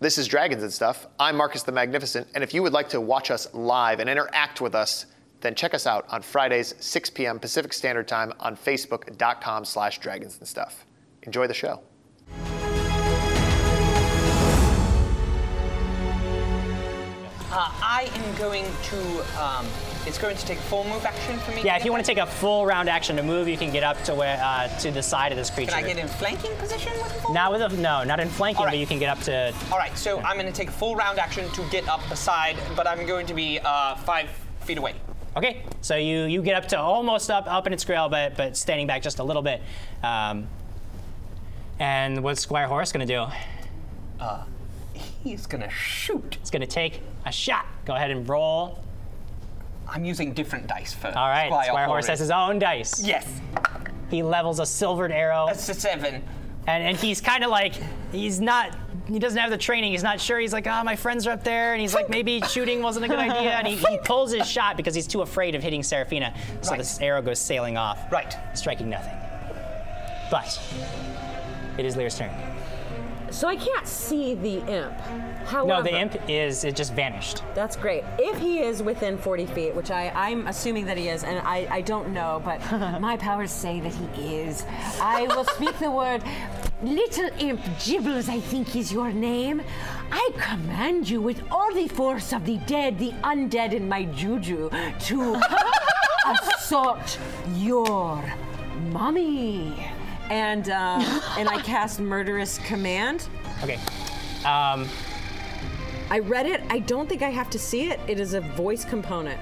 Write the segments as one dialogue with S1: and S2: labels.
S1: This is Dragons and Stuff. I'm Marcus the Magnificent, and if you would like to watch us live and interact with us, then check us out on Fridays, 6 p.m. Pacific Standard Time on Facebook.com slash Dragons and Stuff. Enjoy the show.
S2: Uh, I am going to. Um, it's going to take full move action for me.
S3: Yeah, if you want to take a full round action to move, you can get up to where uh, to the side of this creature.
S2: Can I get in flanking position with the full?
S3: Not with a no, not in flanking,
S2: All right.
S3: but you can get up to.
S2: All right, so I'm going to take a full round action to get up beside, but I'm going to be uh, five feet away.
S3: Okay, so you you get up to almost up up in its grill, but but standing back just a little bit. Um, and what's Squire Horace gonna do?
S2: He's going to shoot.
S3: It's gonna take a shot. Go ahead and roll.
S2: I'm using different dice for.
S3: All right, Squire,
S2: Horus.
S3: Horace has his own dice.
S2: Yes,
S3: He levels a silvered arrow.
S2: that's a seven.
S3: and, and he's kind of like he's not he doesn't have the training he's not sure he's like oh my friends are up there and he's like maybe shooting wasn't a good idea and he, he pulls his shot because he's too afraid of hitting seraphina so
S2: Right.
S3: this arrow goes sailing off
S2: Right.
S3: striking nothing but it is lear's turn
S4: So I can't see the imp.
S3: no
S4: However,
S3: the imp is it just vanished
S4: That's great. If he is within 40 feet, which I, I'm assuming that he is, and I, I don't know, but my powers say that he is. I will speak the word Little Imp Gibbles, I think is your name. I command you with all the force of the dead, the undead, and my juju to assault your mommy. And, um, and I cast Murderous Command.
S3: okay um,
S4: I read it. I don't think I have to see it. It is a voice component.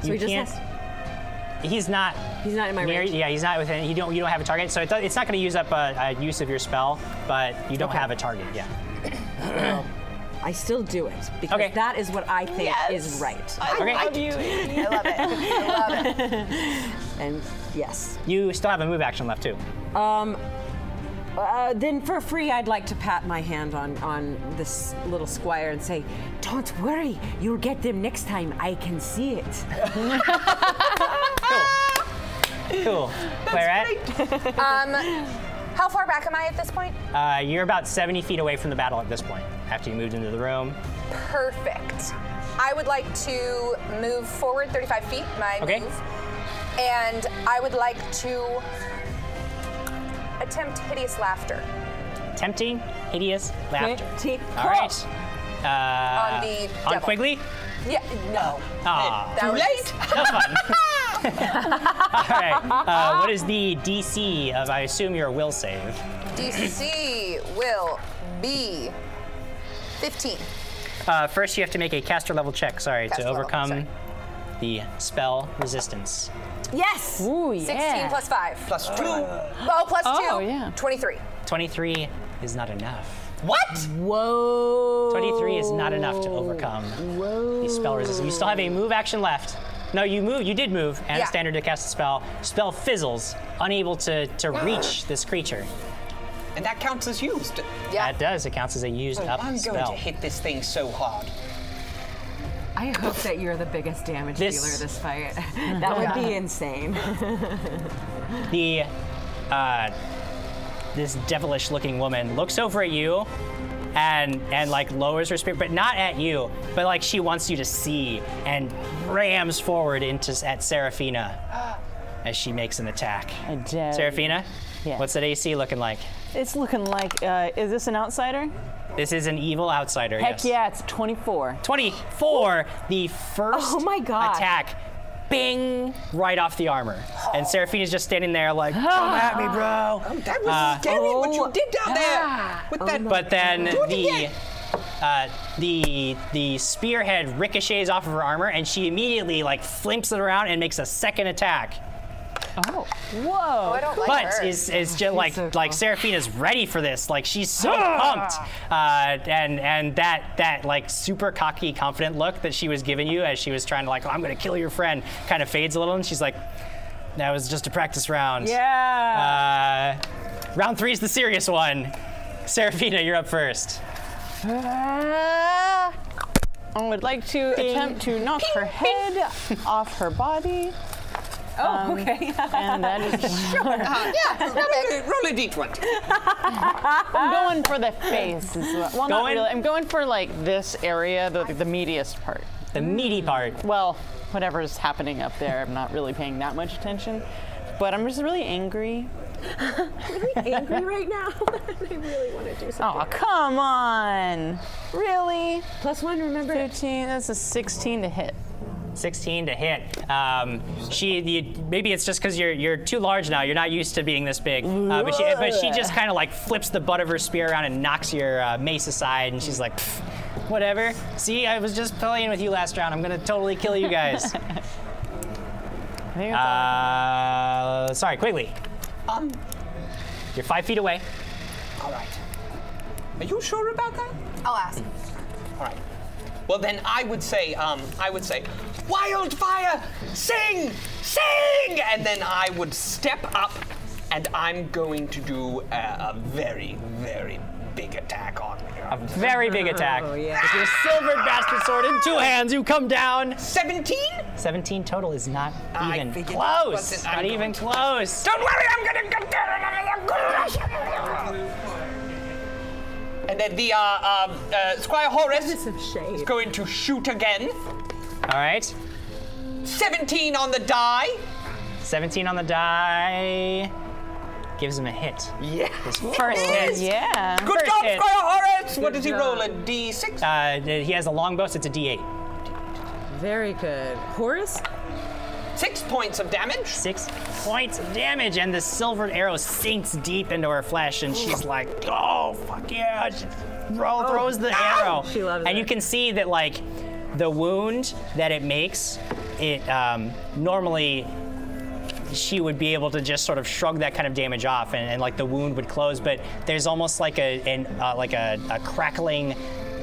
S4: So
S3: you
S4: he just
S3: can't
S4: has,
S3: he's not
S4: he's not in my
S3: near-
S4: range.
S3: yeah he's not within you don't you don't have a target so it does, it's not going to use up a, a use of your spell but you don't
S4: Okay.
S3: have a target yeah
S4: I still do it because
S3: Okay.
S4: that is what I think is right.
S5: I
S3: Okay.
S5: love you. I love it. I love it.
S4: and yes.
S3: you still have a move action left too
S4: Uh, then for free, I'd like to pat my hand on on this little squire and say, "Don't worry, you'll get them next time. I can see it."
S3: cool Claret?
S5: How far back am I at this point?
S3: Uh, you're about 70 feet away from the battle at this point, after you moved into the room.
S5: Perfect. I would like to move forward 35 feet, my
S3: Okay.
S5: move. And I would like to attempt hideous laughter
S3: Tempting, hideous, laughter.
S4: Teeth.
S3: All right.
S5: on the
S3: Uh, On
S5: devil.
S3: Quigley?
S5: Yeah, no.
S3: Ah,
S5: That was
S3: that's fun. All right. Uh, what is the DC of, I assume, your will save?
S5: DC will be 15.
S3: Uh, first, you have to make a caster level check, sorry,
S5: Caster
S3: to
S5: level,
S3: overcome
S5: sorry.
S3: the spell resistance.
S5: Yes.
S6: Ooh,
S5: 16
S6: yeah.
S5: plus 5.
S2: Plus two.
S5: Oh, plus
S6: Oh,
S5: 2.
S6: yeah.
S5: 23.
S3: 23 is not enough.
S2: What?
S4: Whoa.
S3: 23 is not enough to overcome the spell resistance. You still have a move action left. No, you move. You did move, and
S5: Yeah.
S3: standard to cast a spell. Spell fizzles, unable to to reach this creature.
S2: And that counts as used.
S5: Yeah.
S3: That does. It counts as a used
S2: Oh,
S3: up
S2: I'm
S3: spell.
S2: going to hit this thing so hard.
S4: I hope that you're the biggest damage
S3: This-
S4: dealer this fight. that would be insane.
S3: the uh, this devilish looking woman looks over at you and and like lowers her spear but not at you but like she wants you to see and rams forward into at seraphina as she makes an attack
S6: I dare you.
S3: seraphina
S6: Yes.
S3: what's that ac looking like
S6: It's looking like, uh, is this an outsider?
S3: this is an evil outsider yes.
S6: Heck yeah, it's 24.
S3: 24 the first
S4: Oh my God.
S3: attack bing right off the armor and seraphina's just standing there like come at me bro
S2: That was scary what
S5: Oh,
S2: you did down there with that.
S3: Uh, But then
S2: Do it
S3: the
S2: again.
S3: uh, the the spearhead ricochets off of her armor, and she immediately like flimps it around and makes a second attack.
S6: Oh.
S5: Oh, I
S6: Whoa.
S5: don't like her.
S3: But is is just like
S4: so
S3: like
S4: cool. Ah!
S3: Seraphina's ready for this. Like she's so pumped, uh, and and that that like super cocky, confident look that she was giving you as she was trying to like I'm gonna kill your friend kind of fades a little, and she's like, that was just a practice round.
S6: Yeah.
S3: Uh, round three is the serious one. Seraphina, you're up first.
S6: I would like to attempt to knock her head off her body. Um,
S4: Oh, okay.
S6: and that is.
S2: yeah, roll a, Uh, roll a d20.
S6: I'm going for the face. Is what, well, not
S3: Going-
S6: really. I'm going for like this area, the the meatiest part.
S3: The meaty part.
S6: Well, whatever's happening up there, I'm not really paying that much attention. But I'm just really angry.
S4: Angry right now. I really want to do something.
S6: Oh, come on! Really?
S4: Plus one, remember?
S6: 15. That's a 16 to hit.
S3: 16 to hit. Um, she, you, maybe it's just because you're you're too large now. You're not used to being this big. Uh, but, she, but she just kind of like flips the butt of her spear around and knocks your uh, mace aside, and she's like, "Pff, whatever. See, I was just playing with you last round. I'm gonna totally kill you guys.
S6: I think that's all.
S3: uh, sorry, Quigley.
S2: Um,
S3: You're five feet away.
S2: all right. Are you sure about that?
S5: I'll ask.
S2: All right. Well, then I would say, um, I would say, wildfire, sing, sing, and then I would step up, and I'm going to do uh, a, a very, very big attack on you.
S3: Very big attack. Oh, yeah. With your silvered bastard sword in two hands, you come down.
S2: Seventeen?
S3: 17 total is not
S2: I
S3: even
S2: figured it
S3: close.
S2: wasn't. I'm
S3: Not
S2: going
S3: even
S2: to-
S3: close.
S2: Don't worry, I'm gonna get there, and I'm gonna- And then the uh, um, uh, Squire Horace
S4: Some shade.
S2: is going to shoot again.
S3: All right.
S2: 17 on the die.
S3: 17 on the die gives him a hit.
S2: Yeah.
S3: First hit.
S6: Yeah.
S2: Good
S3: First
S2: job,
S3: hit.
S2: Squire Horace. What does he roll? A D6?
S3: Uh, th- he has a longbow, so it's a D8.
S4: Very good. Horace?
S2: Six points of damage.
S3: Six points of damage, and the silvered arrow sinks deep into her flesh, and she's like, "Oh fuck yeah!" She roll,
S2: Oh.
S3: throws the
S2: Ah!
S3: arrow,
S4: She loves
S3: and
S4: it.
S3: you can see that like the wound that it makes. It um, normally she would be able to just sort of shrug that kind of damage off and, and like the wound would close but there's almost like a an, uh, like a, a crackling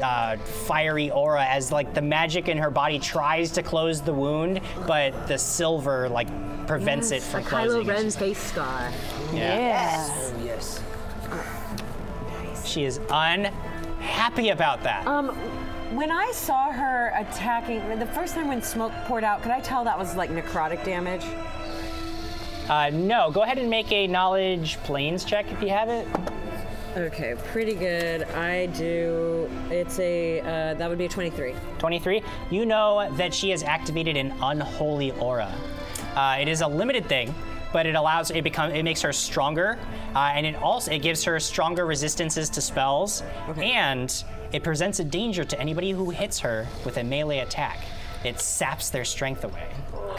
S3: uh, fiery aura as like the magic in her body tries to close the wound but the silver like prevents it from
S4: a
S3: closing
S4: Kylo Ren face scar.
S6: Yeah.
S2: Yes.
S3: she is unhappy about that
S4: Um, when I saw her attacking, the first time when smoke poured out, could I tell that was like necrotic damage?
S3: uh, no go ahead and make a knowledge planes check if you have it
S4: Okay, pretty good. I do. It's a. Uh, that would be a 23.
S3: 23, you know that she has activated an unholy aura. Uh, it is a limited thing, but it allows it become it makes her stronger, uh, and it also it gives her stronger resistances to spells, and it presents a danger to anybody who hits her with a melee attack. It saps their strength away.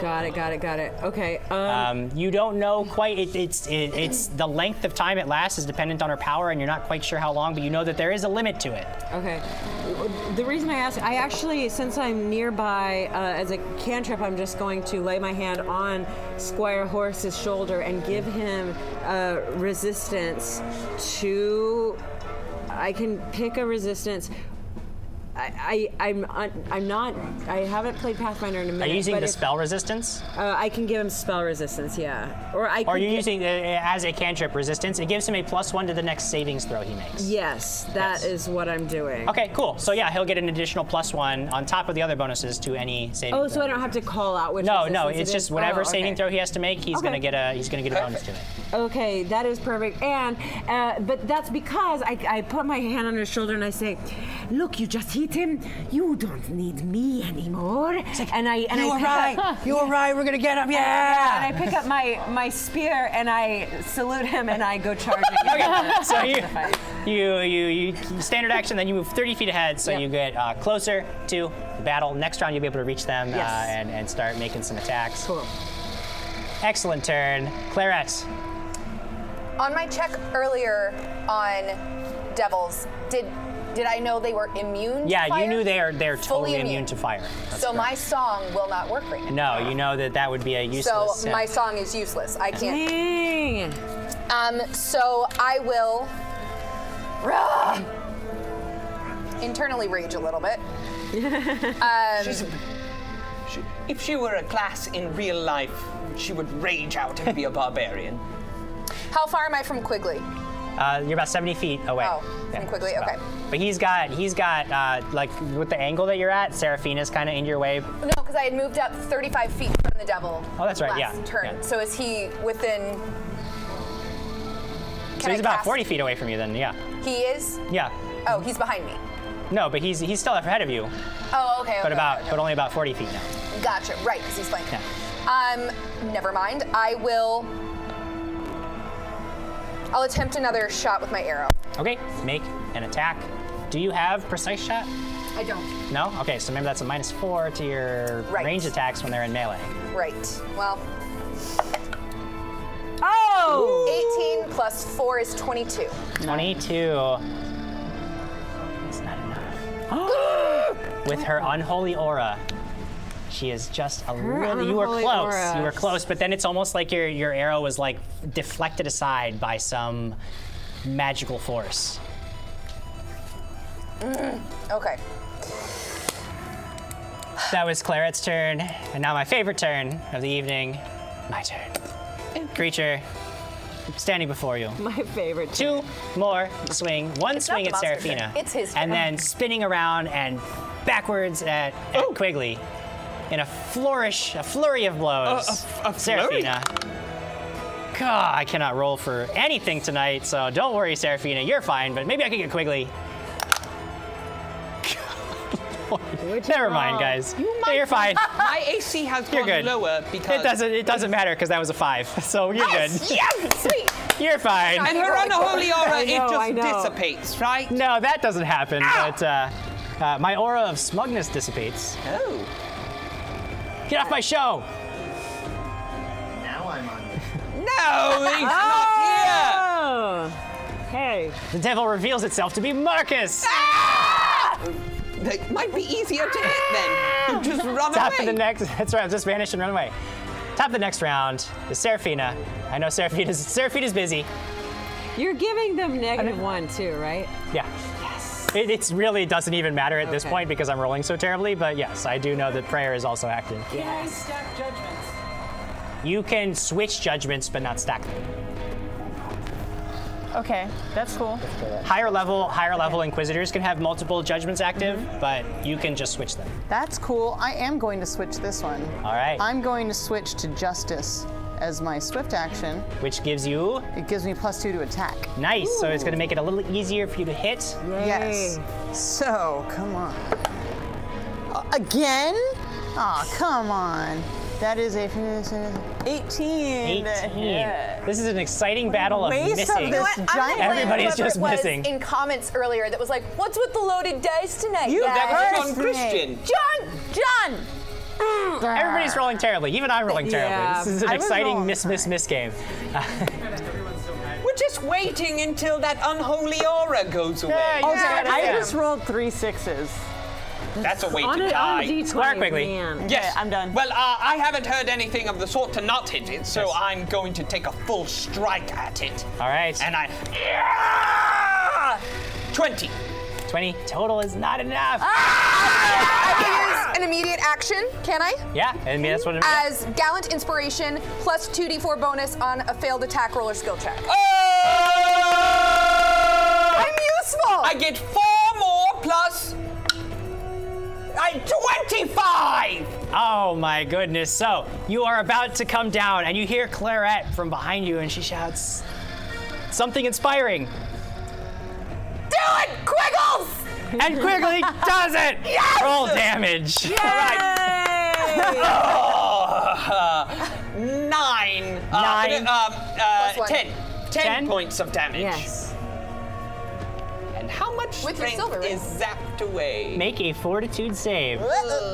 S4: Got it. Got it. Got it. Okay. Um,
S3: Um, you don't know quite. It, it's it, it's the length of time it lasts is dependent on her power, and you're not quite sure how long. But you know that there is a limit to it.
S4: Okay. The reason I asked, I actually, since I'm nearby, uh, as a cantrip, I'm just going to lay my hand on Squire Horace's shoulder and give him uh, resistance to. I can pick a resistance. I, I I'm un, I'm not I haven't played Pathfinder in
S3: Are
S4: a minute.
S3: you using
S4: but
S3: the
S4: if-
S3: spell resistance?
S4: Uh, I can give him spell resistance, yeah. Or I.
S3: Or
S4: could
S3: you're
S4: gi-
S3: using uh, as a cantrip resistance. It gives him a plus one to the next savings throw he makes.
S4: Yes, that is what I'm doing.
S3: Okay, cool. So yeah, he'll get an additional plus one on top of the other bonuses to any saving.
S4: Oh, so
S3: throw.
S4: I don't have to call out which.
S3: No,
S4: resistance
S3: no.
S4: it
S3: It's
S4: is?
S3: just whatever
S4: Oh, okay.
S3: saving throw he has to make, he's
S4: Okay.
S3: gonna get a he's gonna get a bonus to it.
S4: Okay, that is perfect. And uh, but that's because I, I put my hand on his shoulder and I say, "Look, you just hit him. You don't need me anymore." and I and I pick up-
S2: You were right. We're gonna get him.
S4: and I pick up my my spear and I salute him and I go charging.
S3: Okay, so you, you you you standard action, then you move 30 feet ahead, so
S4: Yep.
S3: you get uh, closer to the battle. Next round, you'll be able to reach them
S4: Yes.
S3: uh, and and start making some attacks.
S4: Cool.
S3: Excellent turn, Claret.
S5: On my check earlier on devils, did did I know they were immune?
S3: Yeah,
S5: to fire?
S3: you knew they are they're
S5: Fully
S3: totally immune. to fire. That's
S5: so
S3: correct.
S5: my song will not work right now.
S3: No, you know that that would be a useless.
S5: So
S3: uh,
S5: my song is useless. I can't.
S4: Dang.
S5: Um, so I will Rah! internally rage a little bit.
S2: Um, If she were a class in real life, she would rage out and be a barbarian.
S5: How far am I from Quigley?
S3: Uh, you're about 70 feet away.
S5: Oh, and quickly,
S3: just about.
S5: okay.
S3: But he's got he's got uh, like with the angle that you're at, Seraphina's kind of in your way.
S5: No, because I had moved up 35 feet from the devil.
S3: Oh, that's right,
S5: Last
S3: yeah,
S5: Turn.
S3: yeah.
S5: So is he within? Can
S3: So
S5: I
S3: he's about
S5: cast-
S3: 40 feet away from you. Then yeah,
S5: He is.
S3: yeah.
S5: Oh, he's behind me.
S3: No, but he's he's still ahead of you,
S5: Oh, okay.
S3: but
S5: okay,
S3: about
S5: okay.
S3: but only about 40 feet now.
S5: Gotcha. Right, because he's flanking. Um, never mind. I will. I'll attempt another shot with my arrow.
S3: Okay, make an attack. Do you have precise shot?
S5: I don't.
S3: No. Okay, so maybe that's a minus four to your
S5: Right.
S3: range attacks when they're in melee.
S5: Right. Well,
S4: Oh!
S5: 18 plus 4 is 22.
S3: 22. It's not enough. With her unholy aura, she is just a little. You were
S4: unholy
S3: close. You were
S4: aura.
S3: close, but then it's almost like your your arrow was like deflected aside by some magical force.
S5: Okay.
S3: That was Claret's turn, and now my favorite turn of the evening. My turn. Creature standing before you.
S4: My favorite.
S3: two more swing, one
S5: not
S3: swing
S5: the
S3: at
S5: monster's
S3: Seraphina,
S5: turn. It's his turn.
S3: and then spinning around and backwards at, at
S2: Oh.
S3: Quigley in a flourish, a flurry of blows.
S2: a- a flurry?
S3: Seraphina. God, I cannot roll for anything tonight, so don't worry, Seraphina, you're fine. But maybe I could get Quigley. Never mind, guys.
S2: You might
S3: you're fine.
S2: My AC has
S3: You're
S2: gone
S3: good.
S2: lower because
S3: It doesn't. It doesn't matter because that was a five, so you're
S2: Yes,
S3: good.
S2: yes, sweet.
S3: You're fine.
S2: And her unholy aura,
S4: I know, I
S2: it
S4: know.
S2: just dissipates, right?
S3: No, that doesn't happen. But uh, uh, my aura of smugness dissipates.
S2: Oh.
S3: Get off my show!
S7: Now I'm on you.
S2: No, he's
S3: Ah!
S2: not here.
S4: Oh! Hey.
S3: The devil reveals itself to be Marcus.
S2: That might be easier to hit then. You just run
S3: Top
S2: away.
S3: of Ah! the next. That's right. Just vanish and run away. Top of the next round is Seraphina. I know Seraphina's Seraphina's busy.
S4: You're giving them negative one, too, right?
S3: Yeah. Yes. It it's really doesn't even matter at this
S4: Okay.
S3: point because I'm rolling so terribly. But yes, I do know that prayer is also active.
S4: Yes.
S3: You can switch judgments, but not stack them.
S6: Okay, that's cool.
S3: Higher level, higher level inquisitors can have multiple judgments active, but you can just switch them.
S6: That's cool. I am going to switch this one.
S3: All right.
S6: I'm going to switch to justice as my swift action.
S3: Which gives you
S6: It gives me plus two to attack.
S3: Nice. So it's going to make it a little easier for you to hit.
S6: Yes. So come on. Uh, again? Aw, come on. That is a 18.
S3: 18.
S6: Yeah.
S3: This is an exciting battle of
S6: waste of
S3: missing.
S6: this
S5: But I
S6: giant-
S5: don't blame
S3: Everybody's
S5: whoever
S3: just
S5: it was
S3: missing.
S5: In comments earlier, that was like, "What's with the loaded dice tonight?"
S6: You
S5: guys?"
S2: That was John
S6: Curse me.
S2: Christian.
S5: John. John.
S3: Everybody's rolling terribly. Even I'm rolling terribly.
S4: Yeah.
S3: This is an
S6: I was
S3: exciting
S6: rolling
S3: miss, miss, miss game.
S2: We're just waiting until that unholy aura goes away.
S3: Yeah, you
S6: Okay,
S3: got it.
S6: I
S3: Yeah.
S6: just rolled three sixes.
S2: That's a way
S4: On
S2: to
S4: a,
S2: die.
S4: on a D20.
S3: Mark Quigley.
S4: Man.
S2: Yes,
S6: Okay, I'm done.
S2: Well, uh, I haven't heard anything of the sort to not hit it, so I'm going to take a full strike at it.
S3: All right.
S2: And I. Yeah! 20.
S3: 20 total is not enough.
S6: Ah.
S5: I can use an immediate action, can I?
S3: Yeah. I mean, that's what it is.
S5: As gallant inspiration plus 2d4 bonus on a failed attack roll or skill check.
S2: Oh!
S5: I'm useful.
S2: I get four more plus. I 25!
S3: Oh my goodness. So you are about to come down, and you hear Claret from behind you, and she shouts something inspiring.
S5: do it, Quiggles.
S3: And Quigley does it. Yes! Roll damage.
S2: Oh, nine. Uh, um,
S3: Nine.
S2: uh,
S5: Plus one.
S2: ten. Ten
S3: Ten?
S2: points of damage.
S4: Yes.
S2: And how much
S5: With your
S2: strength
S5: silver, right?
S2: is zapped away?
S3: Make a fortitude save,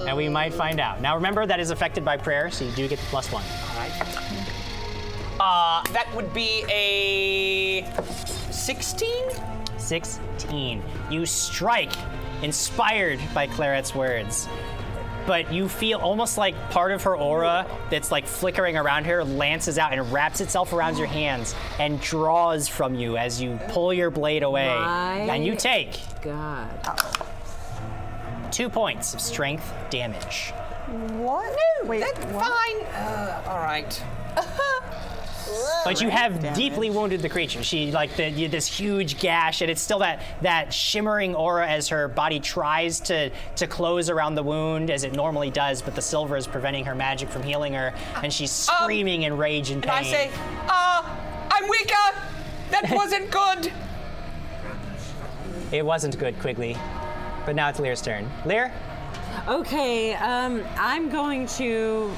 S3: and we might find out. Now remember, that is affected by prayer, so you do get the plus one.
S2: Uh, that would be a 16?
S3: 16. You strike, inspired by Claret's words. But you feel almost like part of her aura that's like flickering around her lances out and wraps itself around your hands and draws from you as you pull your blade away.
S4: My-
S3: And you take
S4: God.
S3: two points of strength damage.
S6: What? Wait,
S2: That's
S6: what?
S2: fine. Uh, all right.
S3: But you have
S6: Damage.
S3: deeply wounded the creature. She like the, you- this huge gash, and it's still that that shimmering aura as her body tries to to close around the wound as it normally does, but the silver is preventing her magic from healing her, and she's
S2: Um,
S3: screaming in rage and
S2: And
S3: pain.
S2: I say, uh, I'm weaker. That wasn't good.
S3: it wasn't good, Quigley. But now it's Lear's turn. Lear,
S4: Okay, um, I'm going to.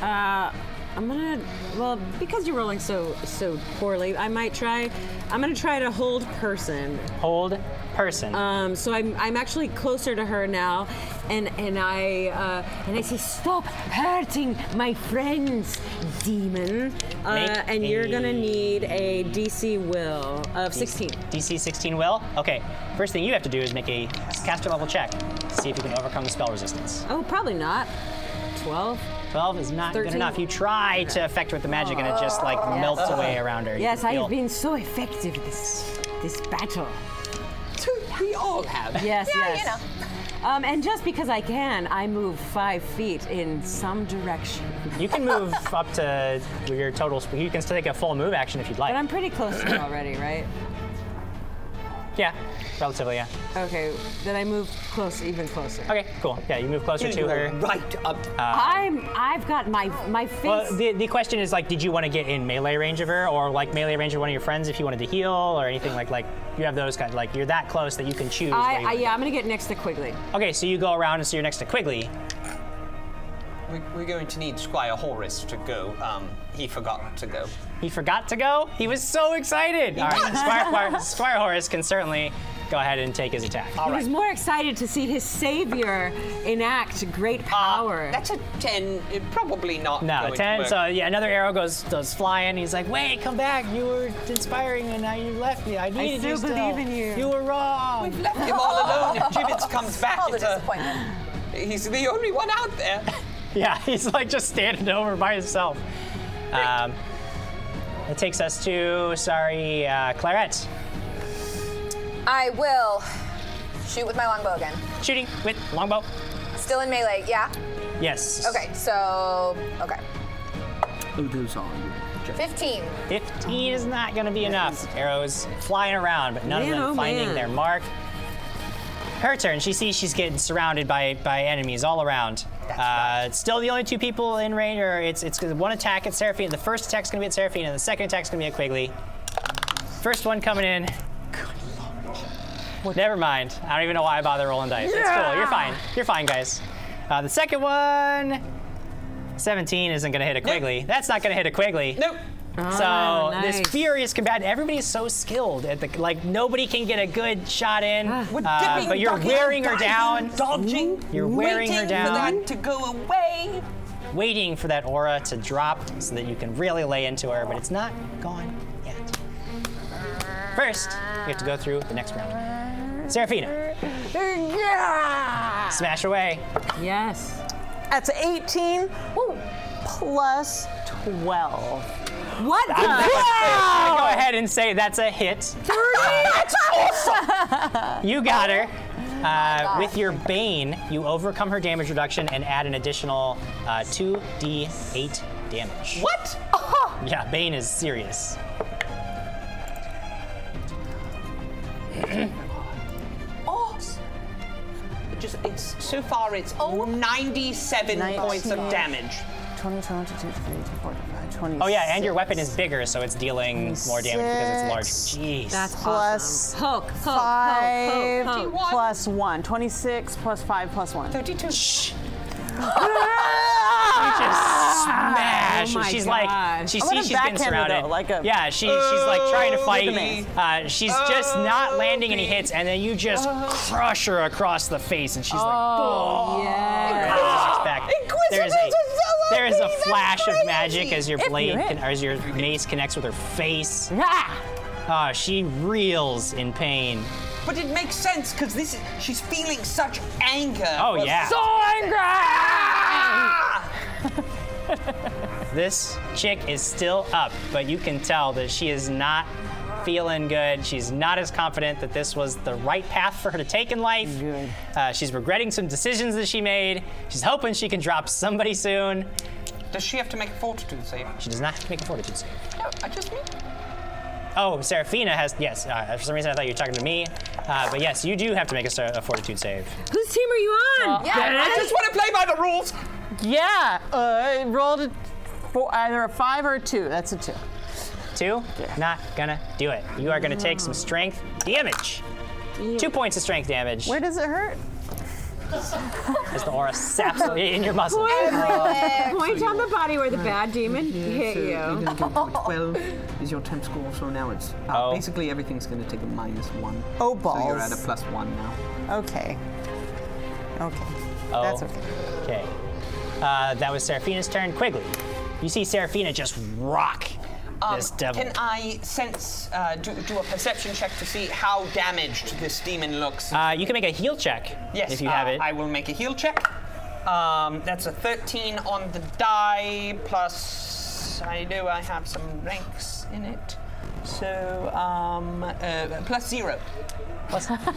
S4: Uh, I'm gonna. Well, because you're rolling so so poorly, I might try. I'm gonna try to hold person.
S3: hold person.
S4: Um, so I'm I'm actually closer to her now, and and I uh, and I say, stop hurting my friends, demon. Uh,
S3: Make
S4: and you're
S3: a-
S4: gonna need a DC will of 16.
S3: DC 16 will? Okay. First thing you have to do is make a caster level check. See if you can overcome the spell resistance.
S4: Oh, probably not. 12.
S3: 12 is not good
S4: 13.
S3: enough. You try to affect her with the magic and it just like melts away around her. You
S4: Oh, Yes,
S3: can
S4: I have
S3: feel-
S4: been so effective this this battle.
S2: We all have.
S4: Yes,
S5: Yeah, you
S4: yes. Um, and just because I can, I move five feet in some direction.
S3: You can move up to your total speed. You can still take a full move action if you'd like.
S4: But I'm pretty close to it already, right?
S3: yeah, relatively, yeah.
S4: Okay, then I move close, even closer.
S3: Okay, cool. Yeah, you move closer to her.
S2: Right up.
S4: I'm. I've got my my face.
S3: Well, the, the question is like, did you want to get in melee range of her, or like melee range of one of your friends if you wanted to heal, or anything like like you have those kind like you're that close that you can choose. where
S4: I,
S3: you
S4: I
S3: wanna
S4: yeah. I'm gonna get next to Quigley.
S3: go. Okay, so you go around and so you're next to Quigley.
S2: we, we're going to need Squire Horace to go. Um, he forgot to go.
S3: He forgot to go. He was so excited. All right, Squire, Squire, Squire Horace can certainly go ahead and take his attack.
S4: I was more excited to see his savior enact great
S3: Uh,
S4: power.
S2: Uh, That's a ten. It probably not.
S3: No,
S2: going to
S3: ten.
S2: work.
S3: So yeah, another arrow goes goes flying. He's like, "Wait, come back! You were inspiring, and now you left me. I needed
S4: still
S3: you
S4: believe in you."
S3: You were wrong."
S2: We've left him all alone. If Gibbets comes back,
S5: All the
S2: it's a-
S5: disappointment.
S2: he's the only one out there.
S3: Yeah, he's like just standing over by himself. Um, it takes us to sorry, uh, Claret
S5: I will shoot with my longbow again.
S3: shooting with longbow.
S5: Still in melee, yeah?
S3: Yes.
S5: Okay, so. Okay.
S8: Oh, those are you.
S5: 15.
S3: Fifteen is not going to be enough. Arrows flying around, but none of
S4: Man,
S3: them
S4: oh,
S3: finding
S4: man.
S3: their mark. Her turn. She sees she's getting surrounded by by enemies all around. Uh, it's still the only two people in range, or it's it's one attack at Seraphine. The first attack's gonna be at Seraphine, and the second attack's gonna be at Quigley. First one coming in. Never mind. I don't even know why I bother rolling dice. It's cool. You're fine. You're fine, guys. Uh, the second one. 17 isn't gonna hit a Quigley. That's not gonna hit a Quigley.
S2: Nope.
S3: So
S4: Oh, nice.
S3: this furious combat, everybody's so skilled at the like nobody can get a good shot in.
S4: Ah.
S2: We're
S3: uh,
S2: dipping,
S3: but you're
S2: ducking,
S3: wearing her
S2: diving,
S3: down,
S2: Dodging.
S3: You're wearing her
S2: waiting
S3: down.
S2: for that to go away.
S3: waiting for that aura to drop so that you can really lay into her, but it's not gone yet. First, you have to go through the next round. Seraphina,
S6: Yeah!
S3: smash away.
S4: yes.
S6: That's 18 plus 12.
S4: What the?
S3: I'm gonna go ahead and say that's a hit.
S6: That's awesome!
S3: You got her. Uh, with your Bane, you overcome her damage reduction and add an additional uh, 2d8 damage.
S2: What?
S6: Uh-huh.
S3: Yeah, Bane is serious.
S2: Oh. Just it's so far it's 97
S6: Nineteen.
S2: points of damage.
S6: 20, 21, 22, 23, 24, 25, 26.
S3: Oh, yeah, and your weapon is bigger, so it's dealing more damage because it's
S6: Six.
S3: larger. Jeez.
S4: That's
S6: Plus
S4: awesome. Poke, poke, poke,
S6: Five
S4: poke, poke.
S6: plus one. 26 plus five plus one.
S2: 32.
S3: You just smash.
S4: Ah, Oh my
S3: she's like,
S4: God.
S3: she
S6: I'm gonna
S3: sees she's been
S6: backhand her,
S3: surrounded.
S6: though, like a-
S3: yeah, she, she's like trying to
S2: Look
S3: fight.
S2: at
S3: Uh, she's just not landing any hits, and then you just crush her across the face, and she's like, oh,
S4: yes.
S3: She's back. There is a, there is a flash of magic as your blade, con- or as your mace connects with her face. Ah, she reels in pain.
S2: But it makes sense because this is, she's feeling such anger.
S3: Oh
S2: for
S3: yeah.
S2: so-
S3: This chick is still up, but you can tell that she is not feeling good. She's not as confident that this was the right path for her to take in life. Uh, she's regretting some decisions that she made. She's hoping she can drop somebody soon.
S2: Does she have to make a fortitude save?
S3: She does not have to make a fortitude save.
S2: No, I just mean.
S3: Oh, Seraphina has yes. Uh, for some reason, I thought you were talking to me, uh, but yes, you do have to make a, ser- a fortitude save.
S4: Whose team are you on?
S5: Yeah,
S2: I just want to play by the rules.
S6: Yeah, uh, rolled a four, either a five or a two. That's a two.
S3: Two, not gonna do it. You are gonna take some strength damage. Two points of strength damage
S6: Where does it hurt?
S3: as the aura saps in your muscles.
S4: Point on the body where the bad demon hit
S8: so
S4: you.
S8: You're gonna go to a 12 is your temp score, so now it's. Uh,
S3: Oh.
S8: Basically, everything's going to take a minus one.
S6: Oh,
S8: So you're at a
S6: balls.
S8: plus one now.
S6: Okay. Okay.
S3: Oh.
S6: That's okay.
S3: Okay. Uh, that was Seraphina's turn. Quigley, you see Seraphina just rock this devil.
S2: Um, Can I sense, uh, do, do a perception check to see how damaged this demon looks?
S3: uh, you can make a heal check
S2: yes,
S3: if you
S2: uh,
S3: have it.
S2: I will make a heal check. Um, that's a 13 on the die, plus I know I have some ranks in it. So, um, uh, plus zero,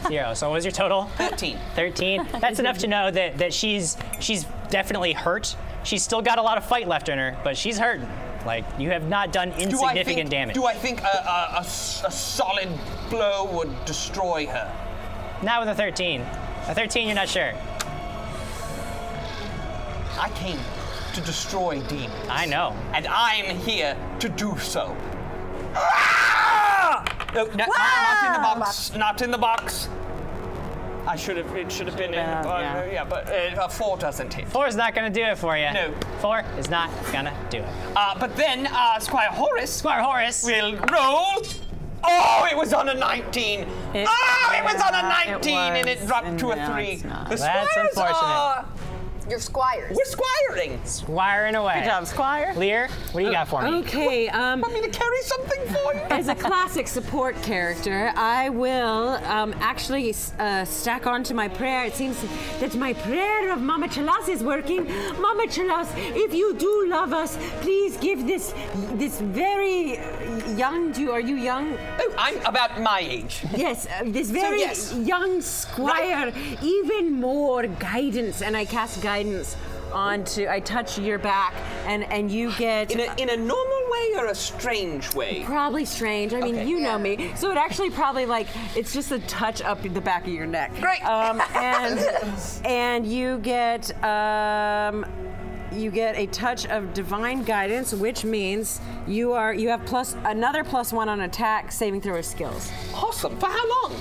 S3: Zero. So what was your total?
S2: 13.
S3: 13. That's enough to know that, that she's she's definitely hurt. She's still got a lot of fight left in her, but she's hurting. Like you have not done
S2: Do I
S3: insignificant
S2: think,
S3: damage.
S2: Do I think a, a- a s- a solid blow would destroy her?
S3: Not with a 13. A 13, you're not sure.
S2: I came to destroy demons.
S3: I know.
S2: And I'm here to do so. Ah! No, no, not in the box. Not in the box. I should have. It should have been in. Uh, yeah. but uh, a four doesn't hit.
S3: Four is not gonna do it for you.
S2: No.
S3: Four is not gonna do it.
S2: Uh, but then uh, Squire Horace
S3: Squire Horace.
S2: will roll. Oh, it was on a 19. oh, it was on a
S6: yeah, it
S2: 19, and it
S6: was,
S2: dropped
S6: and
S2: to a
S6: now
S2: three.
S6: it's not.
S2: The
S3: That's
S2: squires
S3: unfortunate.
S2: are.
S5: Your squires.
S2: We're squiring.
S3: Wiring away.
S6: Good job, Squire.
S3: Lear, what do you got for me?
S4: Okay, um,
S2: Want me to carry something for you?
S4: as a classic support character, I will um, actually uh, stack onto my prayer. It seems that my prayer of Mama Chalas is working. Mama Chalas, if you do love us, please give this this very young. Do are you young?
S2: Oh, I'm about my age.
S4: Yes, uh, this very
S2: yes.
S4: young squire even more guidance, and I cast guidance onto. I touch your back, and and you get.
S2: In a, in a normal way or a strange way?
S4: Probably strange. I mean,
S2: Okay.
S4: you know me. So it actually probably like it's just a touch up the back of your neck.
S5: Great.
S4: Um, and and you get um, you get a touch of divine guidance, which means you are you have plus another plus one on attack, saving throw, or skills.
S2: Awesome. For how long?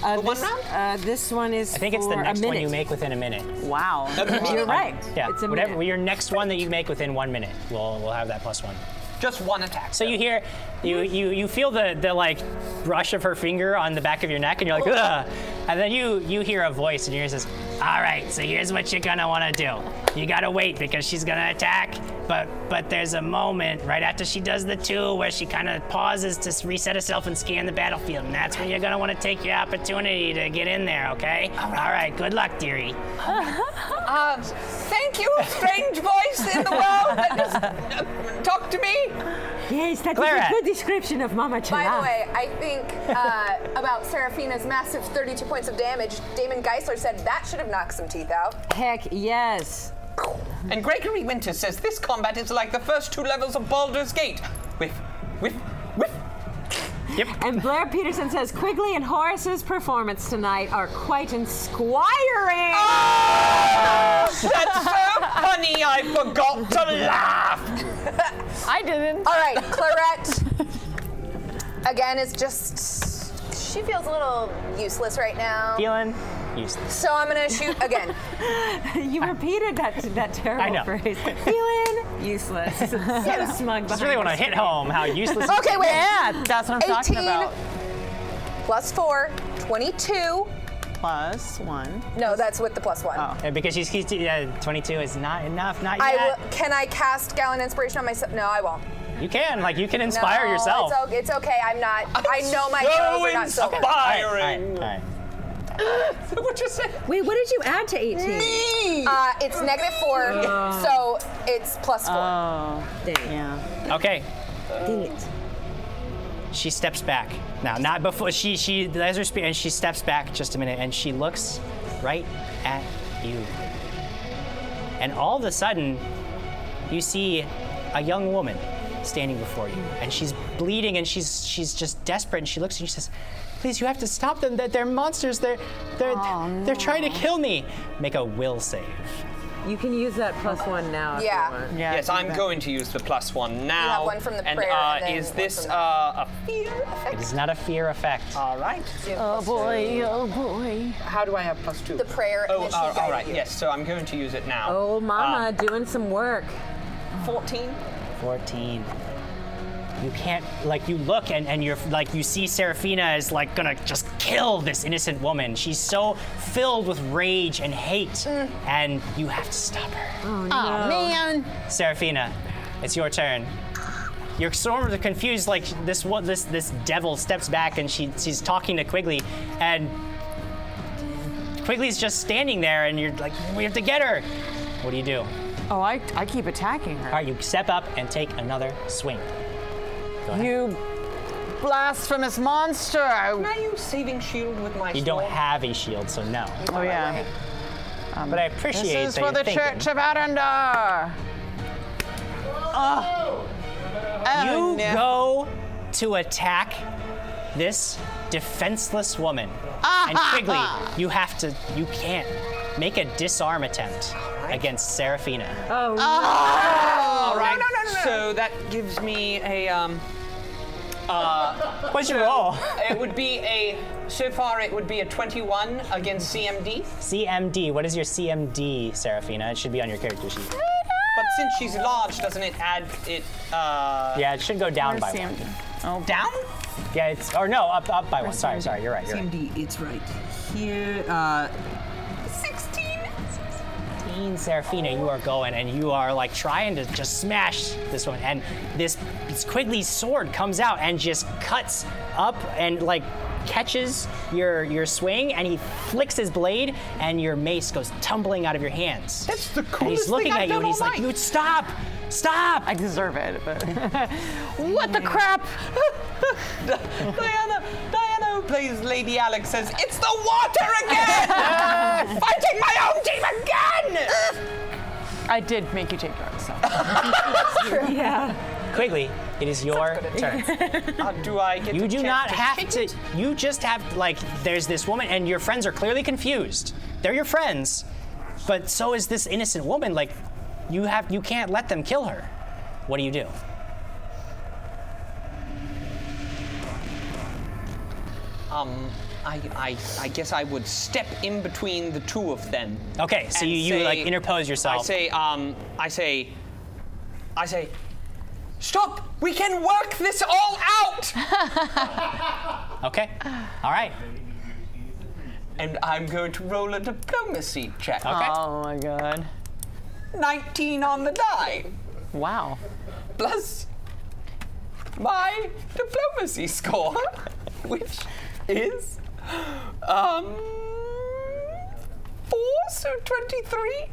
S4: Uh,
S2: For one
S4: this,
S2: round?
S4: Uh, this one is.
S3: I think it's the
S4: for a
S3: next one
S4: minute.
S3: you make within a minute.
S6: Wow.
S4: You're right.
S3: Yeah,
S4: It's a
S3: whatever.
S4: minute.
S3: Your next one that you make within one minute, we'll, we'll have that plus one.
S2: Just one attack.
S3: So you hear, you you you feel the the like brush of her finger on the back of your neck, and you're like, ugh. And then you you hear a voice, and yours says, "All right, so here's what you're gonna want to do. You gotta wait because she's gonna attack, but but there's a moment right after she does the two where she kind of pauses to s- reset herself and scan the battlefield, and that's when you're gonna want to take your opportunity to get in there, okay? All right, good luck, dearie.
S5: Um, thank you, strange voice in the world that just uh, talked to me.
S4: Yes, that is
S3: Clara.
S4: a good description of Mama Chala.
S5: By the way, I think uh, about Seraphina's massive 32 points of damage. Damon Geisler said that should have knocked some teeth out.
S4: heck yes.
S2: and Gregory Winter says this combat is like the first two levels of Baldur's Gate. Whiff, whiff, whiff.
S4: And Blair Peterson says Quigley and Horace's performance tonight are quite inspiring.
S3: Ah!
S2: That's so funny, I forgot to laugh.
S6: I didn't.
S5: All right, Clarette. again, is just she feels a little useless right now.
S3: Feeling useless.
S5: So I'm gonna shoot again.
S4: you repeated that that terrible
S3: I know.
S4: phrase. Feeling useless. so smug.
S3: Just really want to hit home how useless.
S5: Okay, wait.
S6: Yeah, that's what I'm talking
S5: 18.
S6: about.
S5: Plus four, 22.
S6: Plus one.
S5: No, that's with the plus one.
S6: Oh.
S3: Uh, Because she's, she's yeah, 22 is not enough, not
S5: I
S3: yet.
S5: will, can I cast Gallon Inspiration on myself? No, I won't.
S3: You can, like, you can inspire
S5: No,
S3: yourself.
S5: It's, o- it's okay. I'm not. I know my
S2: so
S5: girls are not so good.
S2: Oh, inspiring.
S3: All right.
S2: What you say?
S4: Wait, what did you add to 18?
S5: Uh, it's negative four, so it's plus four.
S6: Oh. Yeah.
S3: Okay. She steps back. Now, not before she she does her spear, and she steps back just a minute, and she looks right at you. And all of a sudden, you see a young woman standing before you, and she's bleeding and she's she's just desperate. And she looks at you and she says, "Please, you have to stop them. They're, they're monsters. They're they're they're trying to kill me." Make a will save.
S4: You can use that plus one now.
S5: Yeah.
S4: If you want.
S6: Yeah,
S2: Yes,
S6: do
S2: I'm
S6: that.
S2: going to use the plus one now.
S5: one from the
S2: and,
S5: prayer
S2: Uh,
S5: and then
S2: is
S5: one
S2: this
S5: from
S2: uh,
S5: the-
S2: a fear
S3: It
S2: effect?
S3: is not a fear effect.
S2: All right.
S5: Oh boy.
S2: How do I have plus two?
S5: The prayer.
S2: Oh,
S5: and then she
S2: uh, all
S5: guided
S2: right.
S5: you.
S2: Yes. So I'm going to use it now.
S4: Oh,
S3: Ah.
S4: mama, doing some work.
S2: Uh, Fourteen.
S3: 14. You can't, like, you look and, and you're, like, you see Seraphina is, like, gonna just kill this innocent woman. She's so filled with rage and hate, and you have to stop her.
S6: Mm. Oh, man.
S3: Seraphina, it's your turn. You're sort of confused, like, this one, this, this devil steps back and she, she's talking to Quigley, and Quigley's just standing there, and you're like, we have to get her. What do you do?
S9: Oh, I, I keep attacking her.
S3: All right, you step up and take another swing.
S6: You blasphemous monster.
S9: Oh,
S6: I-
S2: Are you saving shield with my
S3: You don't have a shield, so no.
S6: oh, yeah.
S3: But I
S6: This
S3: appreciate
S6: is
S3: that
S6: for
S3: you're
S6: the
S3: thinking.
S6: Church of Arendar. Oh. Oh,
S3: You
S6: no.
S3: go to attack this defenseless woman, and Quigley, you have to. You can't make a disarm attempt against Seraphina.
S6: Oh,
S2: All right. No, no, no, no. So that gives me a. Um,
S3: What's your roll?
S2: it would be a. So far, it would be a 21 against CMD.
S3: CMD. What is your CMD, Seraphina? It should be on your character sheet.
S2: But since she's large, doesn't it add it uh,
S3: Yeah, it should go down by one.
S2: down?
S3: Yeah, it's or no, up up by one. Sorry, sorry, you're right. You're right.
S8: CMD, it's right here. Uh,
S5: 16.
S3: Queen Serafina, you are going and you are like trying to just smash this one. And this, this Quigley's sword comes out and just cuts up and like catches your your swing and he flicks his blade and your mace goes tumbling out of your hands.
S2: That's the
S3: and
S2: coolest
S3: he's
S2: thing
S3: looking at
S2: I've
S3: you
S2: done
S3: and he's
S2: all
S3: like,
S2: night.
S3: "You stop! Stop!"
S9: I deserve it, but. what the crap?
S2: Diana, Diana, who plays Lady Alex, says, It's the water again! Fighting my own team again!
S9: I did make you take drugs, so.
S3: Quigley, it is your turn.
S2: Uh, do I get
S3: You
S2: a
S3: do
S2: chance
S3: not
S2: to
S3: have
S2: shake
S3: to.
S2: it?
S3: You just have like there's this woman, and your friends are clearly confused. They're your friends, but so is this innocent woman. Like, you have you can't let them kill her. What do you do?
S2: Um, I, I, I guess I would step in between the two of them.
S3: Okay, so
S2: and
S3: you, you like
S2: say-
S3: interpose yourself.
S2: I say, um, I say, I say, stop! We can work this all out!
S3: okay, all right.
S2: and I'm going to roll a diplomacy check.
S3: Okay.
S9: Oh my god.
S2: 19 on the die,
S9: Wow.
S2: plus my diplomacy score, which is um, 4, so 23.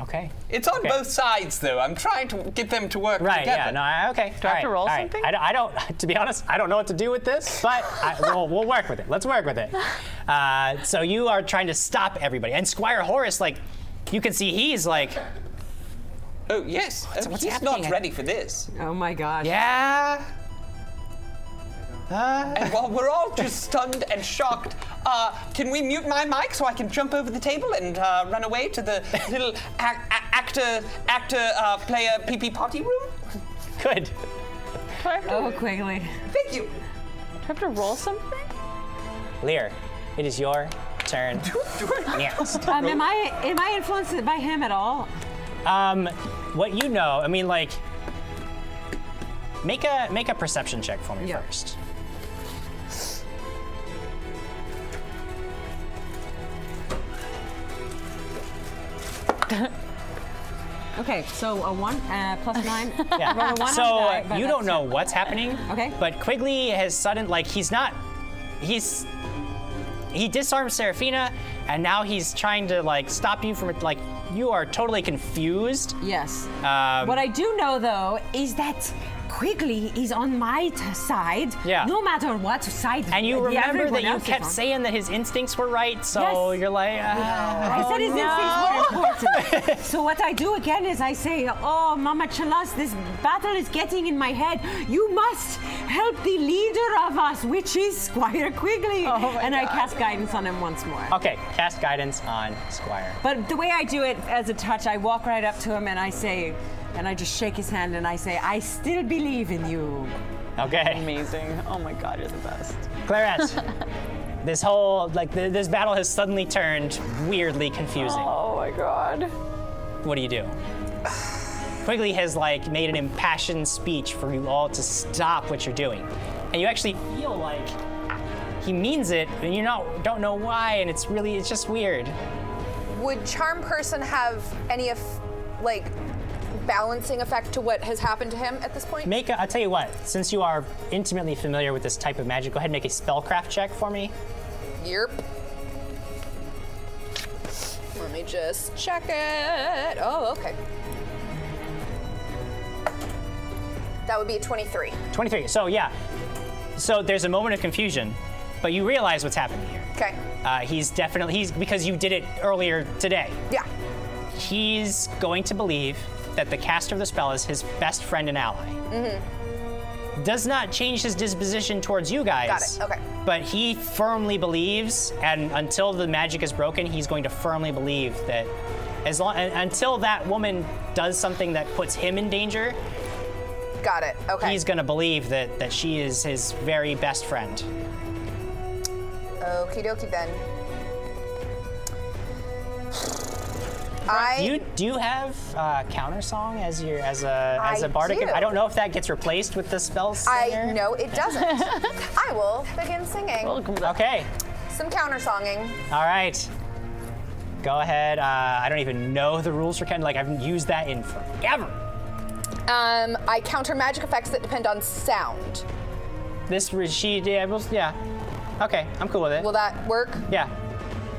S3: Okay.
S2: It's on
S3: Okay.
S2: both sides, though. I'm trying to get them to work
S3: Right.
S2: together.
S3: Yeah. No. I, okay. Do
S9: I have to roll something?
S3: I, don't- I don't. To be honest, I don't know what to do with this, but I, we'll, we'll work with it. Let's work with it. Uh, so you are trying to stop everybody, and Squire Horace, like, you can see he's like,
S2: Oh, yes. Oh,
S3: what's
S2: he's
S3: happening?
S2: not ready for this.
S4: Oh my gosh.
S3: yeah.
S2: and while we're all just stunned and shocked, uh, can we mute my mic so I can jump over the table and uh, run away to the little ac- a- actor, actor, uh, player PP party room?
S3: Good.
S9: Do I have to,
S4: Oh, Quigley.
S2: Thank you.
S9: do I have to roll something?
S3: Lear, it is your turn. Next.
S4: Um, am I am I influenced by him at all?
S3: Um, what you know, I mean, like, make a make a perception check for me
S4: Yeah.
S3: first.
S4: Okay, so a one uh, plus nine.
S3: Yeah.
S4: Roll a one on
S3: so
S4: the die,
S3: uh,
S4: but
S3: you don't
S4: that's
S3: know
S4: it.
S3: what's happening.
S4: Okay.
S3: But Quigley has sudden like he's not he's he disarmed Seraphina and now he's trying to like stop you from like you are totally confused.
S4: Yes.
S3: Um,
S4: what I do know though is that Quigley is on my t- side,
S3: Yeah.
S4: no matter what side.
S3: And you
S4: the-
S3: remember
S4: everyone
S3: that you
S4: else is
S3: kept
S4: on.
S3: saying that his instincts were right, so
S4: Yes.
S3: you're like, ah,
S4: I said his
S3: oh,
S4: instincts were important. so what I do again is I say, "Oh, Mama Chalas, this battle is getting in my head. You must help the leader of us, which is Squire Quigley."
S3: Oh
S4: and I cast guidance on him once more.
S3: no." Okay, cast guidance on Squire.
S4: But the way I do it as a touch, I walk right up to him and I say, and I just shake his hand and I say, "I still believe in you."
S3: Okay,
S8: Amazing. Oh my god, you're the best.
S3: Clarence. This whole like th- this battle has suddenly turned weirdly confusing.
S8: Oh my god.
S3: What do you do? Quigley has like made an impassioned speech for you all to stop what you're doing, and you actually feel like he means it, and you not don't know why, and it's really it's just weird.
S5: Would charm person have any of like balancing effect to what has happened to him at this point?
S3: Make a, I'll tell you what. Since you are intimately familiar with this type of magic, go ahead and make a spellcraft check for me.
S5: Yerp. Let me just check it. Oh, okay. That would be a 23.
S3: 23. So yeah. So there's a moment of confusion, but you realize what's happening here.
S5: Okay.
S3: Uh, he's definitely he's because you did it earlier today.
S5: Yeah.
S3: He's going to believe that the caster of the spell is his best friend and ally. Mm-hmm. Does not change his disposition towards you guys.
S5: Mm-hmm. Got it, okay.
S3: But he firmly believes, and until the magic is broken, he's going to firmly believe that as long and, until that woman does something that puts him in danger,
S5: Got it. Okay.
S3: he's gonna believe that that she is his very best friend.
S5: Okie dokie then. I
S3: Do you do you have uh, counter song as your as a as
S5: I
S3: a bardic?
S5: do.
S3: I don't know if that gets replaced with the spell singer.
S5: I no, it doesn't. I will begin singing
S3: Okay,
S5: some countersonging.
S3: all right. Go ahead. Uh, I don't even know the rules for counter. Like I haven't used that in forever.
S5: Um, I counter magic effects that depend on sound.
S3: This was she. Yeah, it was- yeah. Okay, I'm cool with it.
S5: Will that work?
S3: yeah,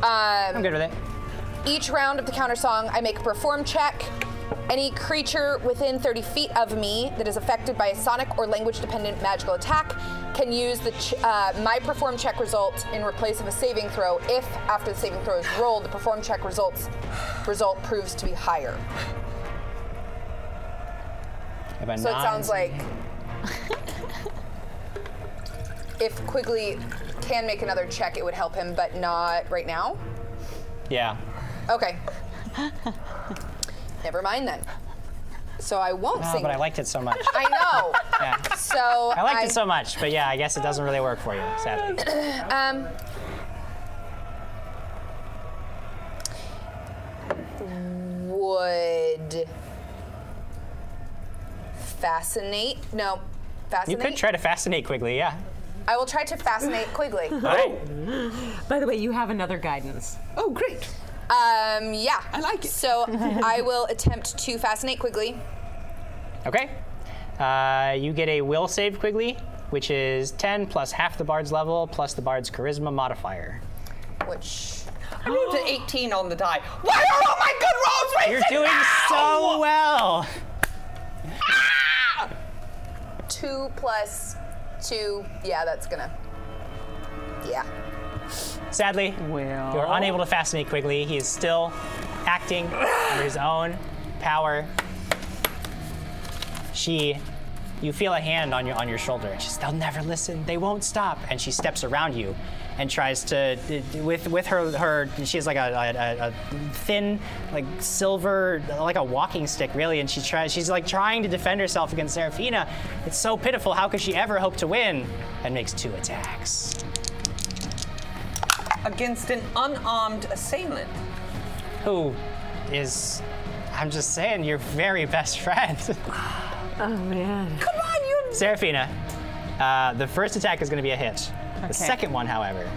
S3: I'm
S5: Um,
S3: good with it.
S5: each round of the counter song, I make a perform check. Any creature within 30 feet of me that is affected by a sonic or language-dependent magical attack can use the ch- uh, my perform check result in replace of a saving throw if, after the saving throw is rolled, the perform check results result proves to be higher.
S3: Have I
S5: So it
S3: not-
S5: sounds like if Quigley can make another check, it would help him, but not right now.
S3: Yeah.
S5: Okay. Never mind then. So I won't
S3: Oh,
S5: sing.
S3: but I liked it so much.
S5: I know.
S3: Yeah.
S5: So
S3: I liked it so much, but yeah, I guess it doesn't really work for you, sadly.
S5: Um, would fascinate? No,
S3: You
S5: fascinate.
S3: could try to fascinate Quigley, yeah.
S5: I will try to fascinate Quigley.
S3: All right.
S4: By the way, you have another guidance.
S2: Oh, great.
S5: Um, yeah. I
S2: like it.
S5: So I will attempt to fascinate Quigley.
S3: Okay. Uh, you get a will save Quigley, which is 10 plus half the bard's level plus the bard's charisma modifier.
S5: Which
S2: I rolled an 18 on the die. Why are all my good rolls wasted
S3: You're doing
S2: now?
S3: so well.
S5: two plus two? Yeah, that's gonna. Yeah.
S3: Sadly, you're unable to fascinate Quigley. He is still acting under his own power. She, you feel a hand on your on your shoulder, and she's they'll never listen. They won't stop. And she steps around you, and tries to with with her her she has like a, a, a- a thin like silver like a walking stick really, and she tries she's like trying to defend herself against Seraphina. It's so pitiful. How could she ever hope to win? And makes two attacks.
S2: Against an unarmed assailant.
S3: who is I'm just saying your very best friend.
S4: Oh man.
S2: Come on, you.
S3: Seraphina. Uh, the first attack is gonna be a hit. The second one, however,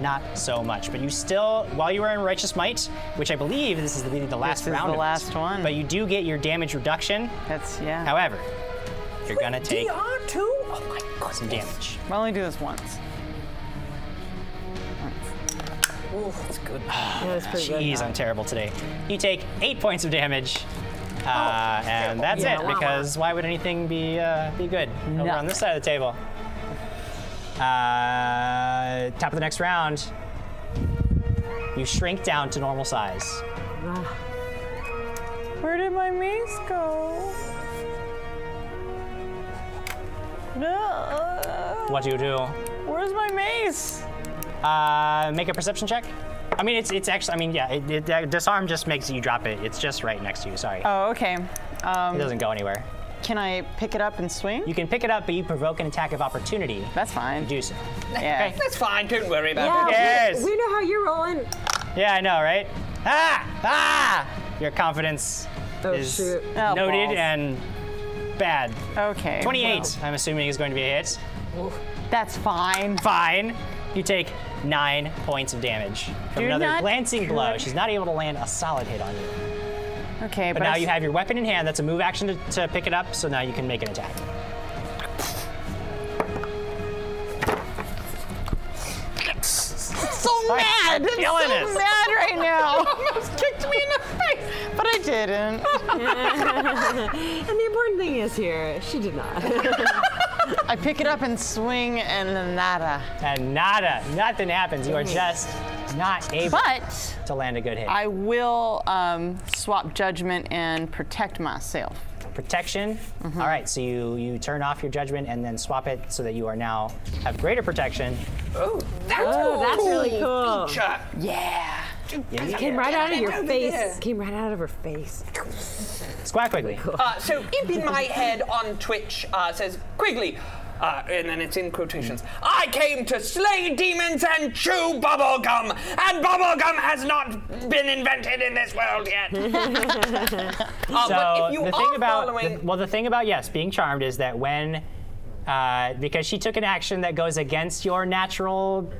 S3: not so much. But you still, while you are in Righteous Might, which I believe this is the, the last
S8: This is
S3: round.
S8: the
S3: of
S8: last one.
S3: But you do get your damage reduction.
S8: That's yeah.
S3: However, you're gonna take
S2: DR too? Oh my god.
S3: some damage.
S8: I only do this once.
S3: Jeez, I'm terrible today. You take eight points of damage. Uh, and that's
S4: Yeah,
S3: it,
S4: wah, wah.
S3: because why would anything be uh, be good over on this side of the table? Uh, top of the next round, you shrink down to normal size.
S9: Where did my mace go? No.
S3: What do you do?
S9: Where's my mace?
S3: Uh, make a perception check. I mean, it's it's actually. I mean, yeah. It, it, uh, disarm just makes you drop it. It's just right next to you. Sorry,
S9: Oh, okay.
S3: it doesn't go anywhere.
S9: Can I pick it up and swing?
S3: You can pick it up, but you provoke an attack of opportunity.
S9: That's fine.
S3: Do so.
S9: yeah.
S2: That's fine. Don't worry about it.
S3: Yes.
S4: We know how you're rolling.
S3: Yeah, I know, right? Ah! Ah! Your confidence
S4: Oh,
S3: is
S4: shoot.
S9: Oh,
S3: noted
S9: balls. Oh.
S3: and bad.
S9: Okay.
S3: 28, I'm assuming, is going to be a hit.
S9: That's fine.
S3: Fine. You take nine points of damage from
S9: Do
S3: another
S9: not
S3: glancing blow.
S9: cut.
S3: She's not able to land a solid hit on you.
S9: Okay, but,
S3: But now
S9: I
S3: you
S9: s-
S3: have your weapon in hand. That's a move action to, to pick it up, so now you can make an attack.
S9: so mad. I'm
S3: Killing
S9: so
S3: us.
S9: mad right now. Almost kicked me in the face, but I didn't.
S4: And the important thing is here, she did not.
S9: I pick it up and swing and then nada.
S3: And nada, nothing happens. You are just not able
S9: But
S3: to land a good hit.
S9: I will um, swap judgment and protect myself.
S3: protection.
S2: Mm-hmm.
S3: All right, so you you turn off your judgment and then swap it so that you are now have greater protection.
S2: Oh, that's
S4: Oh, that's really cool.
S2: Feature.
S9: Yeah.
S4: Came right out of your face. Came right out of her face.
S3: Squack Wiggly.
S2: Uh, so imp in my head on Twitch uh, says Quigley, uh, and then it's in quotations. I came to slay demons and chew bubblegum, and bubblegum has not been invented in this world yet. Uh,
S3: So
S2: but if you
S3: the
S2: are
S3: thing about
S2: following,
S3: the- well, the thing about yes, being charmed is that when uh, because she took an action that goes against your natural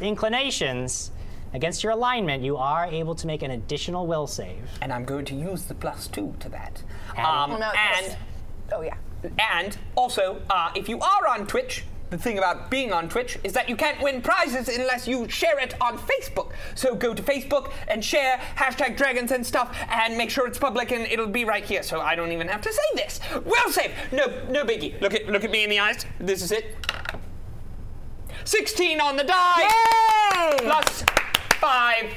S3: inclinations, against your alignment, you are able to make an additional will save.
S2: and I'm going to use the plus two to that.
S3: And-
S2: Um,
S5: No,
S2: and
S5: Oh yeah.
S2: and also, uh, if you are on Twitch. The thing about being on Twitch is that you can't win prizes unless you share it on Facebook. So go to Facebook and share hashtag dragons and stuff and make sure it's public and it'll be right here. So I don't even have to say this. Well saved. No, no biggie. Look at look at me in the eyes. This is it. 16 on the die. Plus 5.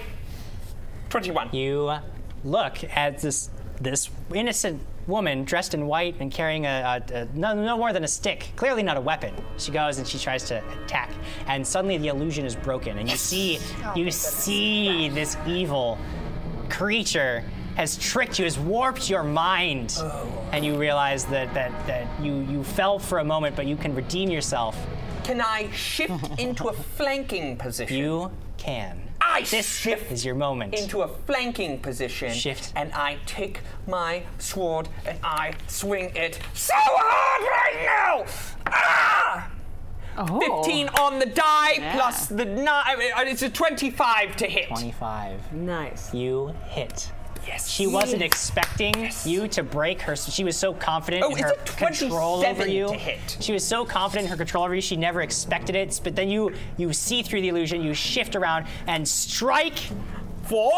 S2: 21.
S3: You look at this this innocent woman dressed in white and carrying a, a, a no, no more than a stick, clearly not a weapon. She goes and she tries to attack, and suddenly the illusion is broken, and you see
S2: Oh
S3: you see this evil creature has tricked you, has warped your mind,
S2: Oh.
S3: and you realize that that that you you fell for a moment, but you can redeem yourself.
S2: Can I shift into a flanking position?
S3: You can.
S2: I
S3: this
S2: shift
S3: is your moment.
S2: into a flanking position.
S3: Shift.
S2: And I take my sword and I swing it so hard right now! Ah!
S3: Oh.
S2: 15 on the die plus the nine. It's a 25 to hit.
S3: 25.
S4: Nice.
S3: You hit. Yes. She wasn't expecting you to break her. She was so confident
S2: Oh,
S3: in
S2: it's
S3: her
S2: a
S3: control
S2: 27
S3: over you.
S2: to hit.
S3: She was so confident in her control over you. She never expected it. But then you you see through the illusion. You shift around and strike.
S2: Four.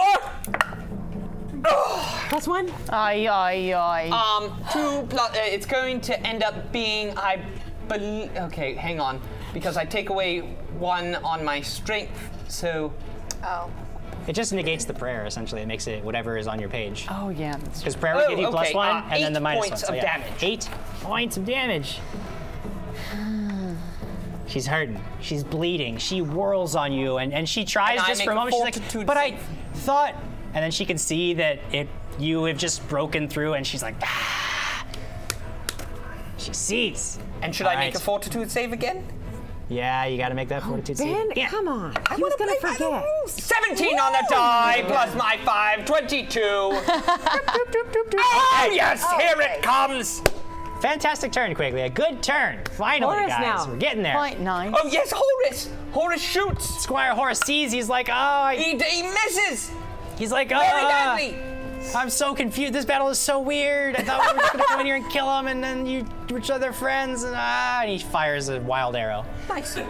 S4: Plus one.
S9: Ay, ay, ay.
S2: Um, two plus. Uh, it's going to end up being I believe. Okay, hang on, because I take away one on my strength. So
S5: Oh.
S3: It just negates the prayer. Essentially, it makes it whatever is on your page.
S9: oh, yeah. That's
S3: Because prayer would
S2: Oh,
S3: give you plus
S2: okay,
S3: one,
S2: uh,
S3: and then
S2: eight
S3: the minus
S2: points
S3: one.
S2: of
S3: yeah.
S2: damage. Ah.
S3: Eight points of damage. She's hurting. She's bleeding. She whirls on you, and, and she tries
S2: And I
S3: just
S2: make
S3: for a
S2: a
S3: moment. She's like,
S2: fortitude
S3: but I
S2: save."
S3: thought, and then she can see that it you have just broken through, and she's like, ah. She sees.
S2: And should
S3: All
S2: I make
S3: right.
S2: a fortitude save again?
S3: Yeah, you got to make
S2: Oh,
S3: that fortitude
S4: Ben,
S3: save. Yeah.
S4: come on. I
S2: wanna
S4: was gonna
S2: play by the
S4: forget.
S2: 17 on the die plus my 5, 22. oh, yes, here
S5: okay.
S2: it comes.
S3: Fantastic turn, Quigley. A good turn. Finally,
S4: Horace
S3: guys,
S4: now.
S3: we're getting there.
S9: quite nice.
S2: Oh, yes, Horus. Horus shoots.
S3: Squire Horace sees. He's like, oh, I-
S2: He, he misses
S3: he's like, oh.
S9: Uh.
S2: very badly.
S3: I'm so confused. This battle is so weird. I thought we were just gonna go in here and kill him, and then you were each other friends. And, ah, and he fires a wild arrow.
S2: Nice.
S9: Uh,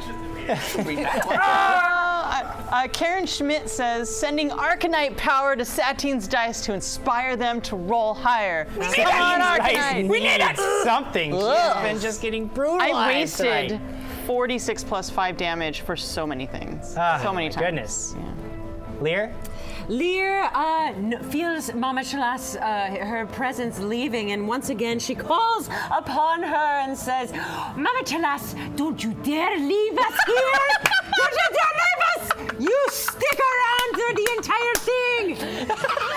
S9: I, Uh, Karen Schmidt says, sending Arcanite power to Satine's dice to inspire them to roll higher. Come on, Arcanite!
S3: We need something. She's been just getting brutalized.
S9: I wasted
S3: tonight.
S9: 46 plus 5 damage for so many things.
S3: Ah,
S9: so many
S3: my
S9: times.
S3: Goodness. Lear,
S4: Lear uh, n- feels Mama Shalas, uh, her presence leaving, and once again she calls upon her and says, Mama Chalas, don't you dare leave us here! don't you dare leave us! You stick around through the entire thing!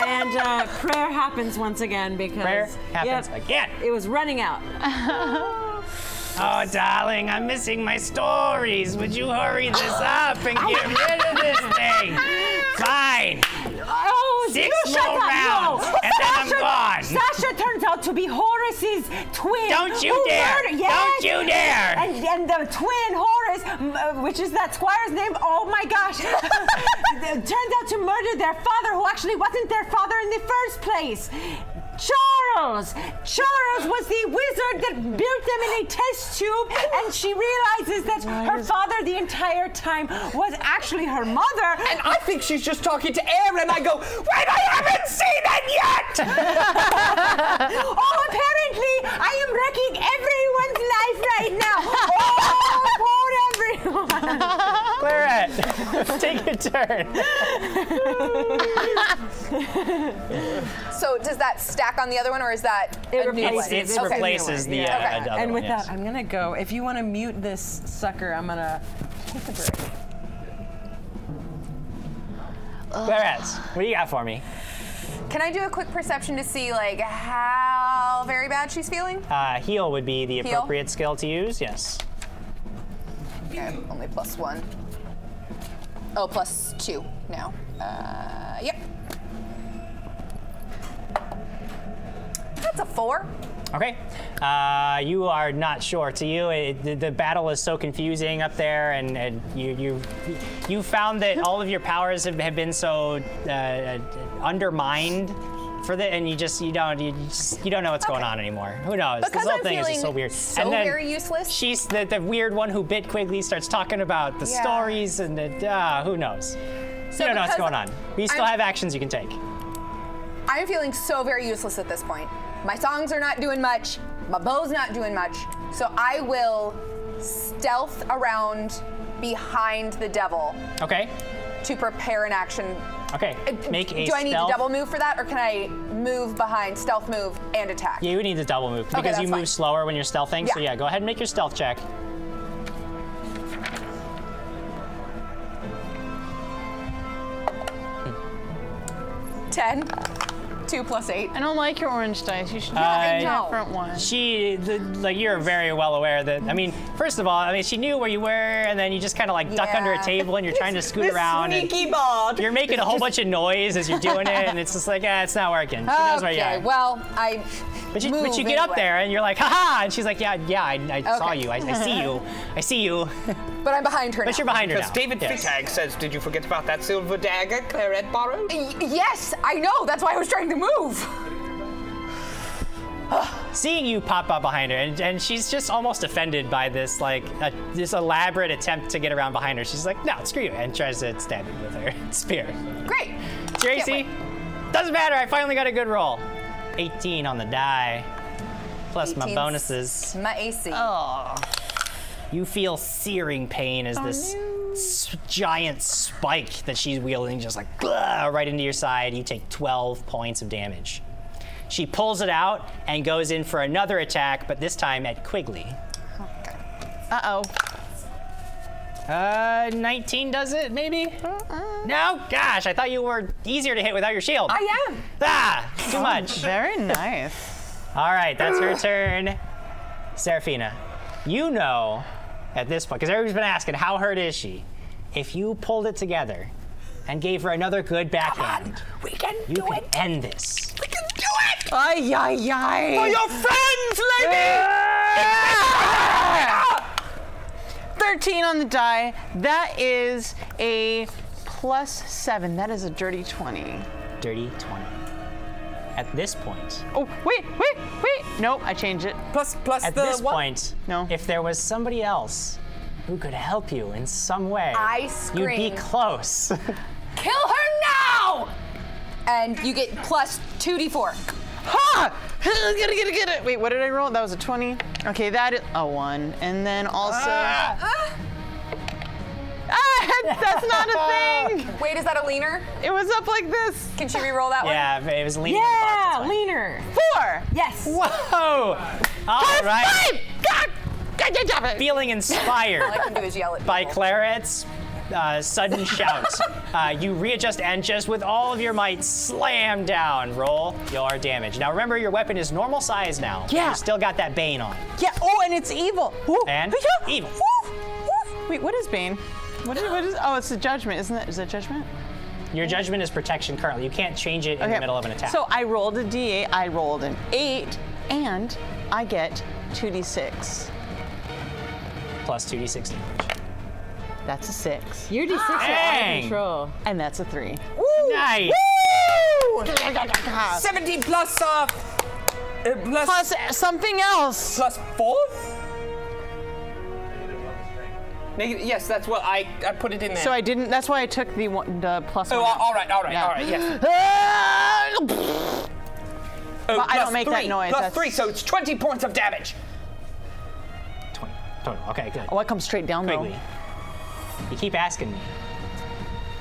S4: and uh, prayer happens once again because.
S3: Prayer happens
S4: Yep,
S3: again.
S4: It was running out.
S3: Oh, darling, I'm missing my stories. Would you hurry this up and get rid of this thing? Fine.
S4: Oh,
S3: Six
S4: you shut
S3: more
S4: up,
S3: rounds,
S4: no.
S3: and then I'm
S4: Sasha,
S3: gone.
S4: Sasha turns out to be Horace's twin.
S3: Don't you
S4: who
S3: dare.
S4: murdered- yes.
S3: Don't you dare.
S4: And, and the twin Horace, m- uh, which is that squire's name, oh my gosh, turns out to murder their father, who actually wasn't their father in the first place. Charles! Charles was the wizard that built them in a test tube, and she realizes that her father the entire time was actually her mother.
S2: And I think she's just talking to air, and I go, wait, I haven't seen it yet!
S4: oh, apparently I am wrecking everyone's life right now. Oh, poor everyone.
S3: Claret, take your turn.
S5: So does that stack on the other one, or is that
S4: It
S5: a new
S4: replaces-
S5: one?
S3: It's, it's
S4: Okay.
S3: replaces the uh,
S5: Okay.
S3: another
S4: And
S3: one,
S4: with
S3: yes.
S4: that, I'm gonna go. If you want to mute this sucker, I'm gonna take a break.
S3: Claret, what do you got for me?
S5: Can I do a quick perception to see like how very bad she's feeling?
S3: Uh, heal would be the appropriate skill to use. Yes.
S5: Okay, only plus one. Oh, plus two now. Uh, yep. That's a four.
S3: Okay. Uh, you are not sure. To you, it, the, the battle is so confusing up there, and, and you you you found that all of your powers have, have been so uh, undermined for the, and you just you don't you just, you don't know what's going
S5: Okay.
S3: on anymore. Who knows? this
S5: Because
S3: whole
S5: I'm
S3: thing is just so
S5: feeling
S3: weird.
S5: so
S3: and then
S5: very useless.
S3: She's the, the weird one who bit Quigley. Starts talking about the
S5: Yeah.
S3: stories and the uh, who knows.
S5: So
S3: you don't know what's
S5: because
S3: going on. We still
S5: I'm-
S3: have actions you can take.
S5: I'm feeling so very useless at this point. My songs are not doing much. My bow's not doing much. So I will stealth around behind the devil
S3: Okay.
S5: to prepare an action.
S3: Okay. Make a
S5: Uh, Do I need
S3: stealth-
S5: to double move for that, or can I move behind, stealth move, and attack?
S3: Yeah, you would need to double move because
S5: that's
S3: you move
S5: fine.
S3: slower when you're stealthing. So
S5: Yeah.
S3: yeah, go ahead and make your stealth check.
S5: Ten. Two plus eight.
S9: I don't like your orange dice. You should
S3: I
S9: have
S3: know.
S9: a different one.
S3: She, the, like, you're very well aware that. I mean, first of all, I mean, she knew where you were, and then you just kind of like duck under a
S5: Yeah.
S3: table, and you're trying to scoot
S2: This
S3: around. and
S2: sneaky bard.
S3: you're making a whole bunch of noise as you're doing it, and it's just like, ah, it's not working. She knows where you
S5: okay,
S3: are.
S5: well, I.
S3: but you,
S5: move
S3: but you get up
S5: anyway.
S3: there, and you're like, haha, and she's like, yeah, yeah, I, I saw
S5: Okay.
S3: you, I, I see you, I see you,
S5: But I'm behind her.
S3: but
S5: now.
S3: you're behind her
S2: Because
S3: now.
S2: David
S3: Yes.
S2: Freetag says, did you forget about that silver dagger Claret borrowed?
S5: Y- Yes, I know. That's why I was trying to move.
S3: seeing you pop up behind her, and, and she's just almost offended by this like uh this elaborate attempt to get around behind her. She's like, no, screw you, and tries to stab you with her spear.
S5: Great.
S3: Tracy, doesn't matter. I finally got a good roll. 18 on the die, plus my
S5: 18's
S3: bonuses.
S5: My AC.
S3: Oh. You feel searing pain as this s- giant spike that she's wielding just like "Gah," right into your side. You take 12 points of damage. She pulls it out and goes in for another attack, but this time at Quigley.
S9: Uh oh.
S3: Uh, 19 does it, maybe?
S2: Uh-uh.
S3: No? Gosh, I thought you were easier to hit without your shield.
S5: I am.
S3: Ah,
S2: Oh,
S3: too much.
S9: Very nice.
S3: All right, that's her turn. Seraphina, you know at this point, because everybody's been asking, how hurt is she? If you pulled it together and gave her another good backhand,
S5: We can
S3: you can end this.
S5: We can do it.
S9: Ay, ay, ay.
S2: For your friends, lady!
S9: 13 on the die. That is a plus 7. That is a dirty 20.
S3: Dirty 20. At this point,
S9: Oh, wait, wait, wait. Nope, I changed it.
S2: plus, plus
S3: at
S2: the
S3: this
S2: one.
S3: point,
S9: No.
S3: if there was somebody else who could help you in some way.
S5: I
S3: You'd
S5: scream.
S3: be close.
S5: Kill her now! And you get plus 2d4.
S9: Ha! Get it, get it, get it. Wait, what did I roll? That was a 20. Okay, that is a 1. And then also. Ah! that's not a thing!
S5: Wait, is that a leaner?
S9: It was up like this.
S5: Can she re-roll that one?
S3: yeah, it was leaning
S4: Yeah,
S3: on the box.
S4: leaner.
S9: 4!
S4: Yes.
S3: that's why. Whoa! All right.
S9: Five! God! God, God, God, God.
S3: Feeling inspired.
S5: All I can do is yell at
S3: by
S5: people.
S3: Claret's uh, sudden shout. uh, you readjust and just with all of your might slam down. Roll your damage. Now remember, your weapon is normal size now.
S9: Yeah.
S3: You still got that Bane on. it.
S9: Yeah, oh, and it's evil. Woo.
S3: And
S9: Yeah.
S3: evil.
S9: Woo, woo. Wait, what is Bane? What is, what is, oh, it's a judgment, isn't it? Is it judgment?
S3: Your judgment is protection currently. You can't change it in the middle of an attack.
S9: So I rolled a d8, I rolled an 8, and I get 2d6.
S3: plus 2d6 damage.
S9: That's a 6.
S4: Your D6 are out
S3: Dang.
S4: of control.
S9: And that's a 3.
S3: Nice.
S9: Plus
S2: 17 plus, uh, uh, plus, plus,
S9: something else.
S2: plus 4? Neg- yes, that's what I, I put it in there.
S9: So I didn't, that's why I took the, one, the plus
S2: Oh,
S9: one.
S2: all
S9: out.
S2: all right, all right,
S9: Yeah.
S2: all right, yes. Oh,
S9: I
S2: plus
S9: don't make that
S2: three,
S9: noise,
S2: plus
S9: that's-
S2: three, so it's 20 points of damage.
S3: 20 total. Okay, good.
S9: Oh, I come straight down though.
S3: Quigley, you keep asking me,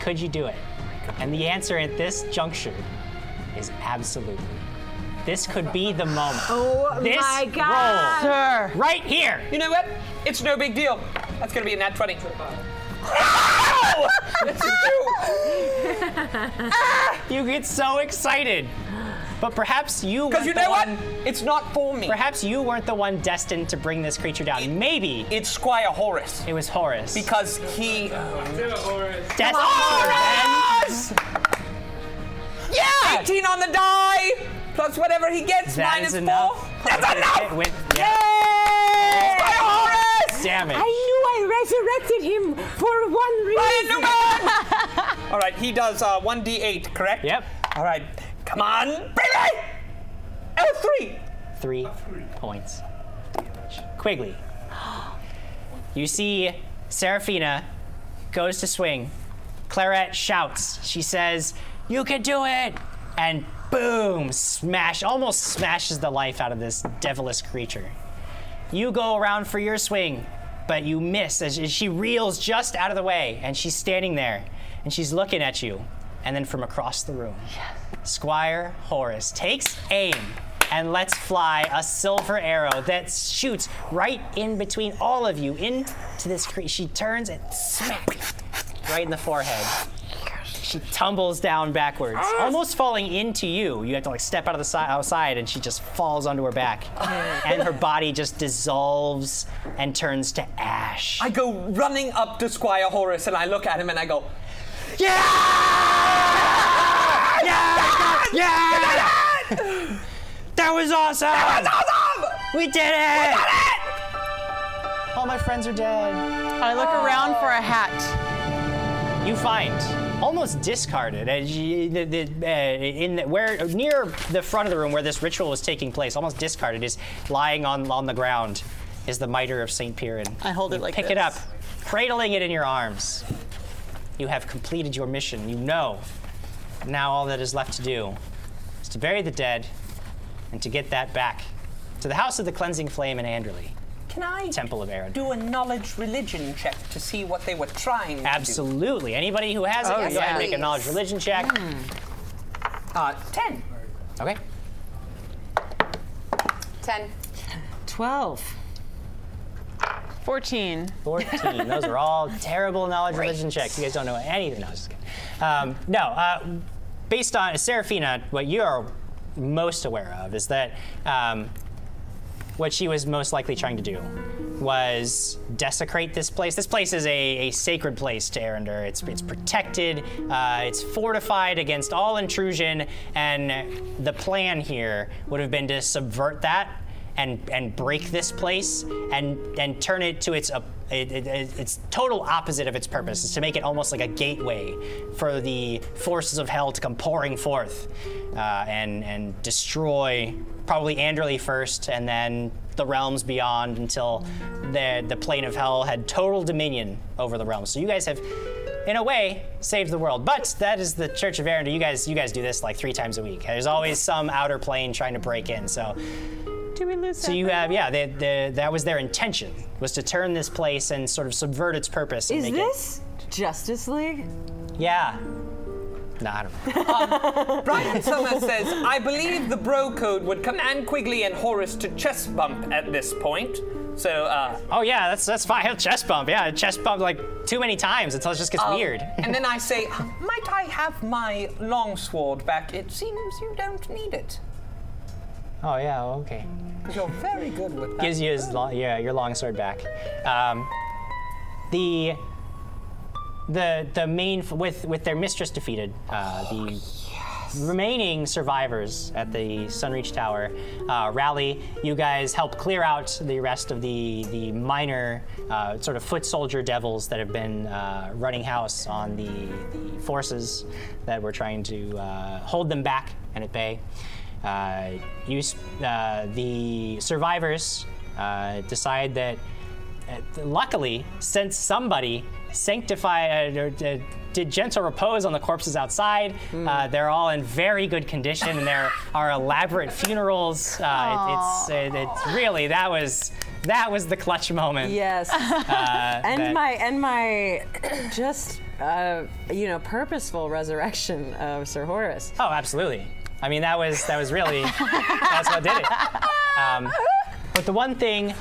S3: could you do it? And the answer at this juncture is absolutely. This could be the moment. Oh this
S4: my
S3: Roll.
S4: God.
S9: Sir.
S3: Right here.
S2: You know what? It's no big deal. That's gonna be a nat 20. That's a two.
S3: You get so excited. But perhaps you
S2: Because
S3: weren't
S2: you
S3: the
S2: know what?
S3: one-
S2: It's not for me.
S3: Perhaps you weren't the one destined to bring this creature down. Maybe
S2: It's Squire Horace.
S3: it was Horus.
S2: Because he.
S3: Destined
S2: Horace!
S9: Yeah!
S2: 18 on the die! Plus whatever he gets,
S3: That
S2: minus
S3: is enough.
S2: four. That's
S3: Hit
S2: enough!
S3: with- yeah.
S2: Squire Horace!
S3: Damage.
S4: I knew I resurrected him for one reason.
S2: All right, he does uh, 1d8, correct?
S3: Yep.
S2: All right, come on, baby! L3!
S3: three points. Quigley, you see Serafina goes to swing. Claret shouts. She says, You can do it! And boom, smash, almost smashes the life out of this devilish creature. You go around for your swing, but you miss as as she reels just out of the way, and she's standing there, and she's looking at you, and then from across the room. Squire Horace takes aim and lets fly a silver arrow that shoots right in between all of you into this creature. She turns and smack right in the forehead. She tumbles down backwards, almost falling into you. You have to like step out of the si- outside, and she just falls onto her back, and her body just dissolves and turns to ash.
S2: I go running up to Squire Horace and I look at him and I go,
S3: yeah! Yeah! That was awesome! We did it! All my friends are dead.
S9: I look around for a hat.
S3: You find almost discarded as you, the, the, uh, in the, where near the front of the room where this ritual was taking place. Almost discarded is lying on on the ground is the mitre of Saint Piran.
S9: I hold it like
S3: Pick it up, cradling it in your arms. You have completed your mission. You know. Now all that is left to do is to bury the dead and to get that back to the house of the cleansing flame in Anderley,
S2: Can I
S3: Temple of Aaron.
S2: do a knowledge religion check to see what they were trying to
S3: Absolutely. Anybody who has it,
S5: Oh,
S3: go ahead and make a
S5: yes,
S3: knowledge
S5: please.
S3: religion check.
S9: Mm.
S2: do? Uh, 10.
S3: Okay.
S5: 10.
S4: 12.
S9: 14.
S3: 14. Those are all terrible knowledge religion checks. You guys don't know anything. No, I was just kidding. Um, no, uh, based on Serafina, what you're most aware of is that um, what she was most likely trying to do was desecrate this place. This place is a, a sacred place to Erendur. It's, it's protected, uh, it's fortified against all intrusion, and the plan here would have been to subvert that and and break this place and and turn it to its uh, it, it, it- its total opposite of its purpose is to make it almost like a gateway for the forces of hell to come pouring forth uh, and and destroy probably Anderly first and then the realms beyond until the the plane of hell had total dominion over the realm. So you guys have in a way, saves the world. But that is the Church of Arendelle. You guys, you guys do this like three times a week. There's always some outer plane trying to break in. So,
S9: Do we lose
S3: so you have, yeah, they, they, that was their intention was to turn this place and sort of subvert its purpose. And
S4: Is
S3: make
S4: this Justice League?
S3: It, yeah. No, I don't know.
S2: Brian Summer says, I believe the bro code would command Quigley and Horace to chest bump at this point. So, uh,
S3: Oh yeah, that's that's fine. He'll chest bump. Yeah, chest bump like too many times until it just gets
S2: Oh.
S3: weird.
S2: and then I say, Might I have my longsword back? It seems you don't need it.
S3: Oh yeah, okay.
S2: You're very good with that.
S3: gives you his long, yeah, your long sword back. Um, the the the main f- with with their mistress defeated, uh, the remaining survivors at the Sunreach Tower uh, rally. You guys help clear out the rest of the the minor uh, sort of foot soldier devils that have been uh, running house on the, the forces that were trying to uh, hold them back and at bay. Uh, you s- uh, the survivors uh, decide that uh, luckily, since somebody sanctified uh, or uh, did gentle repose on the corpses outside, uh, they're all in very good condition, and there are elaborate funerals. Uh, it- it's, it, it's really that was that was the clutch moment.
S4: Yes. and
S3: Uh, that-
S4: my and my just uh, you know purposeful resurrection of Sir Horace.
S3: Oh, absolutely. I mean, that was that was really that's what did it. Um, but the one thing,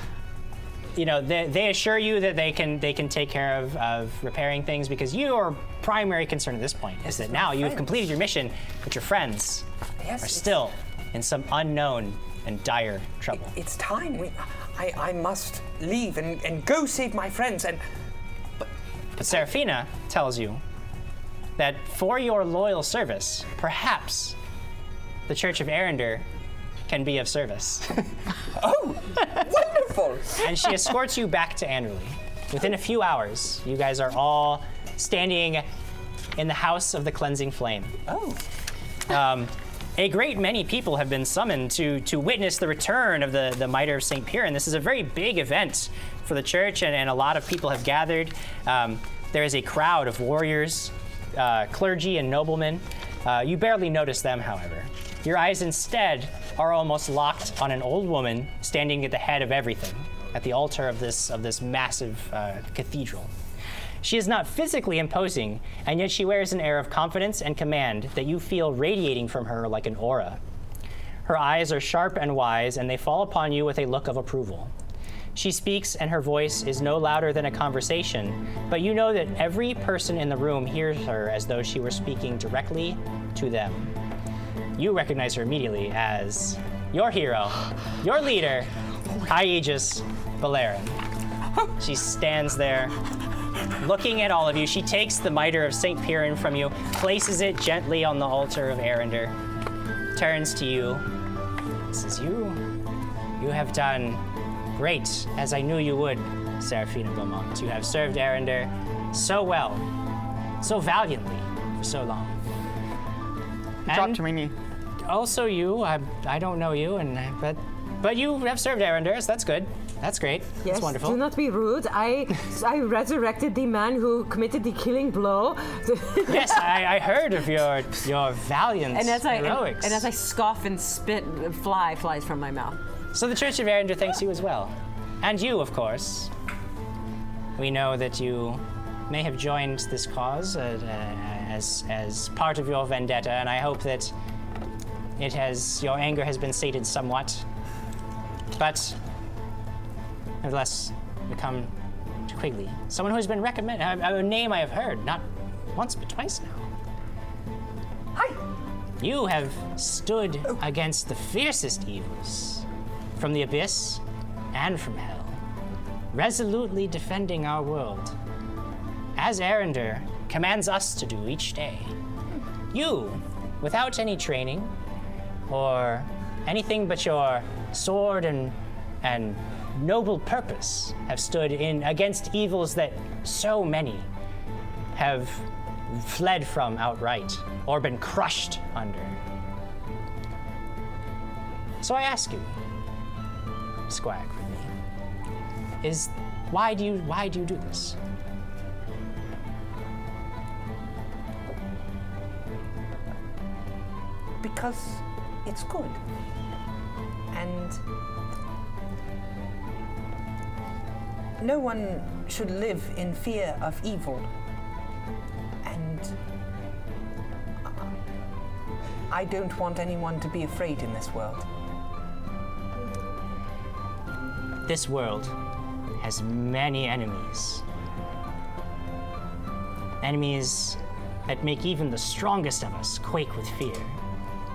S3: you know, they, they assure you that they can they can take care of, of repairing things because your primary concern at this point is that now you have completed your mission, but your friends are still in some unknown and dire trouble.
S2: It's time. We, I, I must leave and, and go save my friends. And
S3: But Serafina tells you that for your loyal service, perhaps the Church of Arender can be of service.
S2: wonderful.
S3: and she escorts you back to Anderley. Within a few hours, you guys are all standing in the house of the cleansing flame.
S2: Oh.
S3: Um, a great many people have been summoned to to witness the return of the, the Mitre of St. Piran. This is a very big event for the church, and, and a lot of people have gathered. Um, there is a crowd of warriors, uh, clergy, and noblemen. Uh, you barely notice them, however. Your eyes instead are almost locked on an old woman standing at the head of everything, at the altar of this of this massive uh, cathedral. She is not physically imposing, and yet she wears an air of confidence and command that you feel radiating from her like an aura. Her eyes are sharp and wise, and they fall upon you with a look of approval. She speaks, and her voice is no louder than a conversation, but you know that every person in the room hears her as though she were speaking directly to them. You recognize her immediately as your hero, your leader, High Aegis Valerian. She stands there, looking at all of you. She takes the mitre of St. Piran from you, places it gently on the altar of Arender, turns to you, says, You, you have done great, as I knew you would, Seraphina Beaumont. You have served Arender so well, so valiantly, for so long.
S6: Drop
S3: And-
S6: to my knee.
S3: also you. I, I don't know you, and I- but but you have served Arendelle, so that's good. That's great. that's wonderful.
S4: Do not be rude. I I resurrected the man who committed the killing blow.
S3: yes, I, I heard of your your valiant
S4: and as I and,
S3: heroics.
S4: and as I scoff and spit, fly flies from my mouth.
S3: so the Church of Arendelle thanks you as well, and you, of course. We know that you may have joined this cause uh, uh, as as part of your vendetta, and I hope that it has your anger has been sated somewhat. But nevertheless, we come to Quigley, someone who has been recommended, a, a name I have heard not once but twice now. Hi. You have stood against the fiercest evils from the abyss and from hell, resolutely defending our world, as Arender commands us to do each day. You, without any training or anything but your sword and and noble purpose have stood in against evils that so many have fled from outright or been crushed under. So I ask you, Squag, is why do you why do you do this?
S2: because it's good. And no one should live in fear of evil. And uh, I don't want anyone to be afraid in this world.
S3: This world has many enemies. Enemies that make even the strongest of us quake with fear.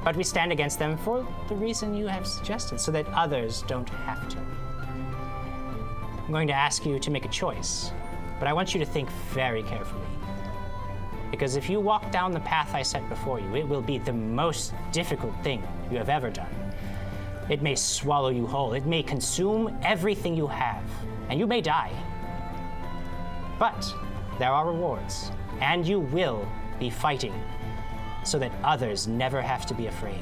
S3: But we stand against them for the reason you have suggested, so that others don't have to. I'm going to ask you to make a choice, but I want you to think very carefully. Because if you walk down the path I set before you, it will be the most difficult thing you have ever done. It may swallow you whole. It may consume everything you have, and you may die. But there are rewards, and you will be fighting so that others never have to be afraid.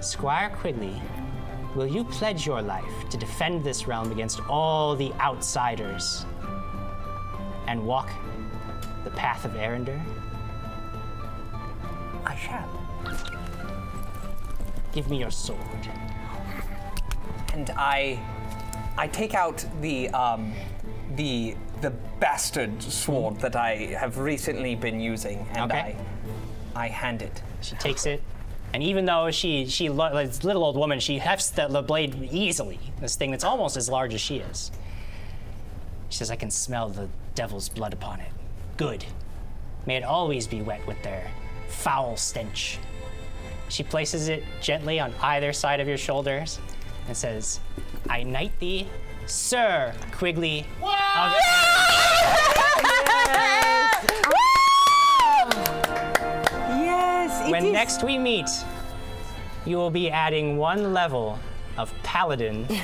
S3: Squire Quigley, will you pledge your life to defend this realm against all the outsiders and walk the path of Arender?
S2: I shall.
S3: Give me your sword.
S2: and I, I take out the um, the the bastard sword that I have recently been using, and
S3: Okay.
S2: I, I hand it.
S3: She takes it, and even though she she lo- like, this little old woman, she hefts the, the blade easily. This thing that's almost as large as she is. She says, "I can smell the devil's blood upon it. Good. May it always be wet with their foul stench." She places it gently on either side of your shoulders and says, "I knight thee, Sir Quigley of
S4: Yes, it is.
S3: When next we meet, you will be adding one level of paladin to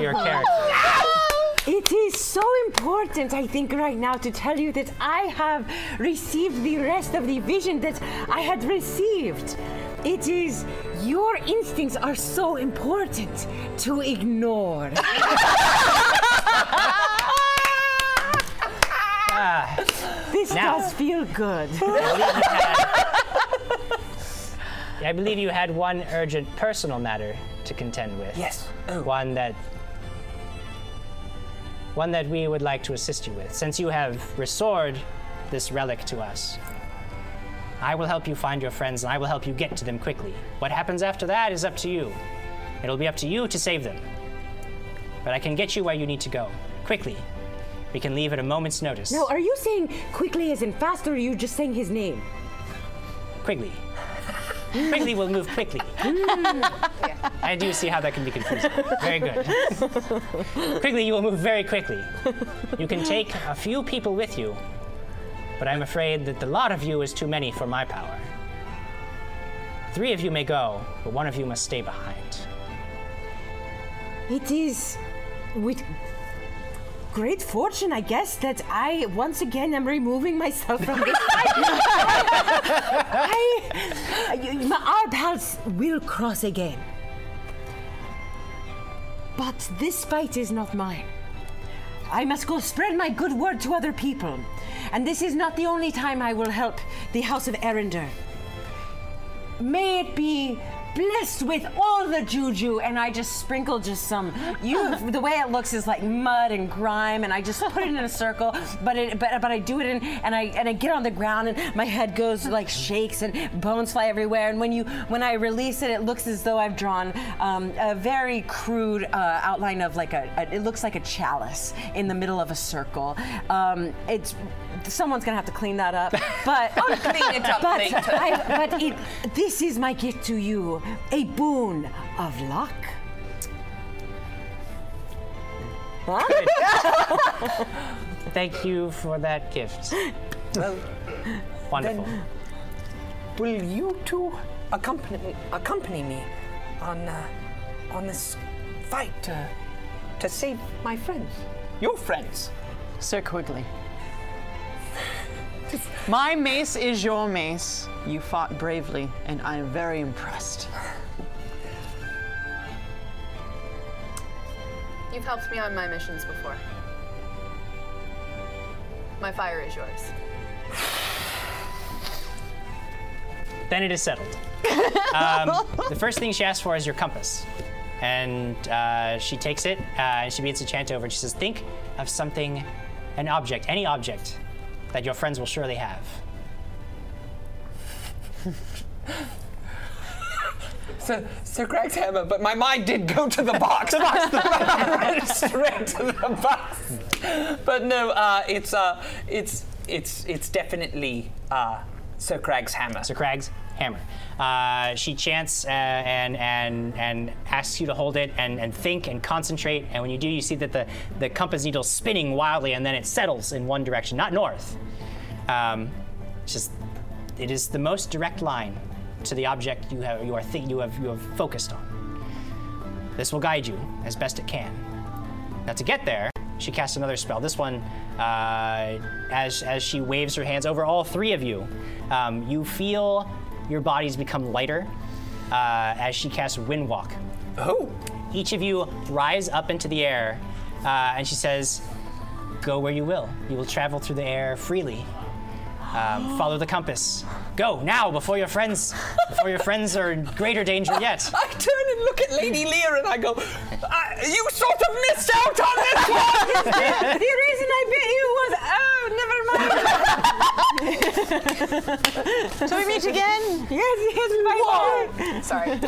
S3: your character.
S4: It is so important, I think, right now to tell you that I have received the rest of the vision that I had received. It is your instincts are so important to ignore.
S3: Ah,
S4: this
S3: Now-
S4: does feel good.
S3: I believe you had one urgent personal matter to contend with.
S2: Yes.
S3: One that one that we would like to assist you with. Since you have restored this relic to us, I will help you find your friends and I will help you get to them quickly. What happens after that is up to you. It'll be up to you to save them. But I can get you where you need to go quickly. We can leave at a moment's notice.
S4: Now, are you saying quickly as in fast, or are you just saying his name?
S3: Quigley. Quigley will move quickly. I do see how that can be confusing. Very good. Quigley, you will move very quickly. You can take a few people with you, but I'm afraid that the lot of you is too many for my power. Three of you may go, but one of you must stay behind.
S4: It is with great fortune, I guess, that I once again am removing myself from this fight. I, you- my- our paths will cross again. But this fight is not mine. I must go spread my good word to other people. And this is not the only time I will help the House of Arender. May it be blessed with all the juju, and I just sprinkle just some. You, the way it looks is like mud and grime, and I just put it in a circle. But it, but but I do it, in, and I and I get on the ground, and my head goes like shakes, and bones fly everywhere. And when you when I release it, it looks as though I've drawn um, a very crude uh, outline of like a, a. It looks like a chalice in the middle of a circle. Um, it's someone's gonna have to clean that up, but
S5: clean it up
S4: But
S5: later.
S4: I, but it, this is my gift to you a boon of luck. Huh?
S3: Thank you for that gift.
S2: Well,
S3: Wonderful.
S2: Then- will you two accompany accompany me on uh, on this fight to, to save my friends. Your friends.
S9: Sir Quigley. My mace is your mace. You fought bravely, and I am very impressed.
S5: You've helped me on my missions before. My fire is yours.
S3: Then it is settled. um, the first thing she asks for is your compass. And uh, she takes it uh, and she begins to chant over. And she says, Think of something, an object, any object that your friends will surely have.
S2: Sir, Sir Greg's hammer, but my mind did go to the box. the box, the box. Straight to the box. But no, uh, it's uh, it's it's it's definitely uh, Sir Craig's hammer.
S3: Sir Craggs, hammer. Uh, she chants uh, and and and asks you to hold it and, and think and concentrate. And when you do, you see that the, the compass needle's spinning wildly, and then it settles in one direction, not north. Um, it's just it is the most direct line to the object you have you are think you have you have focused on. This will guide you as best it can. Now to get there, she casts another spell. This one, uh, as as she waves her hands over all three of you, um, you feel your bodies become lighter uh, as she casts Wind Walk.
S2: Oh,
S3: Each of you rise up into the air, uh, and she says, "Go where you will. You will travel through the air freely. Um, follow the compass. Go now before your friends before your friends are in greater danger yet."
S2: I turn and look at Lady Lear and I go, I, "You sort of missed out on this one."
S4: the reason I bit you was oh, never mind.
S9: So we meet again.
S4: yes, yes, my
S2: Whoa.
S4: bad.
S5: Sorry.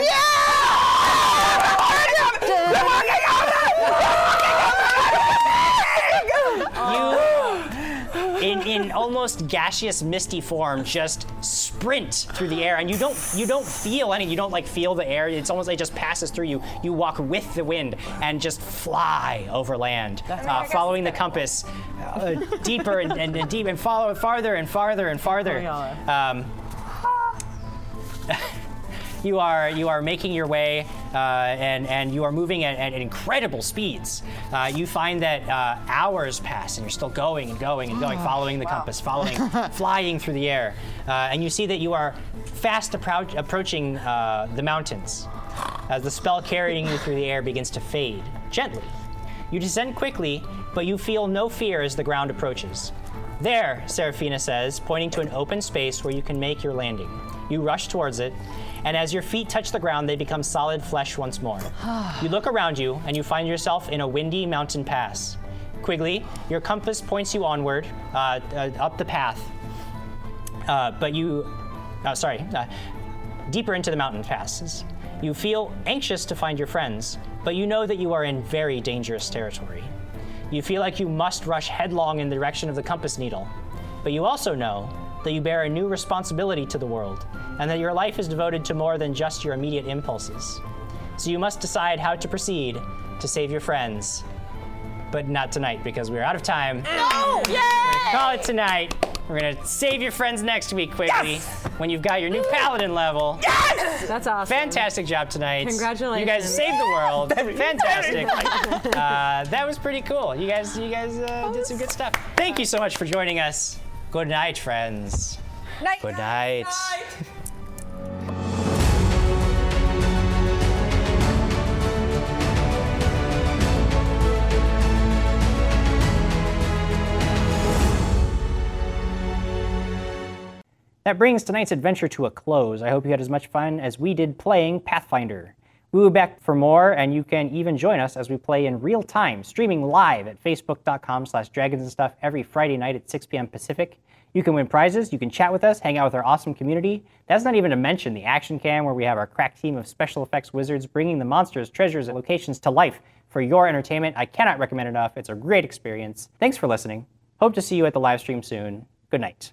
S3: You, in, in almost gaseous, misty form, just sprint through the air, and you don't you don't feel any. You don't like feel the air. It's almost like it just passes through you. You walk with the wind and just fly over land, uh, following the compass uh, deeper and, and, and deep, and follow farther and farther and farther. Um, you are you are making your way uh, and and you are moving at, at incredible speeds. Uh, you find that uh, hours pass and you're still going and going and going, following the compass, following, flying through the air, uh, and you see that you are fast approach, approaching uh, the mountains as the spell carrying you through the air begins to fade gently. You descend quickly, but you feel no fear as the ground approaches. There, Seraphina says, pointing to an open space where you can make your landing. You rush towards it, and as your feet touch the ground, they become solid flesh once more. you look around you, and you find yourself in a windy mountain pass. Quigley, your compass points you onward, uh, uh, up the path, uh, but you, oh, sorry, uh, deeper into the mountain passes. You feel anxious to find your friends, but you know that you are in very dangerous territory. You feel like you must rush headlong in the direction of the compass needle, but you also know that you bear a new responsibility to the world, and that your life is devoted to more than just your immediate impulses. So you must decide how to proceed to save your friends. But not tonight, because we're out of time. Call it tonight. We're gonna save your friends next week, quickly, when you've got your new paladin level.
S4: That's awesome.
S3: Fantastic job tonight. You guys
S4: Congratulations.
S3: saved the world. Fantastic. uh, that was pretty cool. You guys, you guys uh, did some good stuff. Thank you so much for joining us. Good night, friends.
S5: Night.
S3: Good night. That brings tonight's adventure to a close. I hope you had as much fun as we did playing Pathfinder. We will be back for more, and you can even join us as we play in real time, streaming live at facebook.com slash dragons and stuff every Friday night at 6 p.m. Pacific. You can win prizes, you can chat with us, hang out with our awesome community. That's not even to mention the action cam where we have our crack team of special effects wizards bringing the monsters, treasures, and locations to life for your entertainment. I cannot recommend it enough. It's a great experience. Thanks for listening. Hope to see you at the live stream soon. Good night.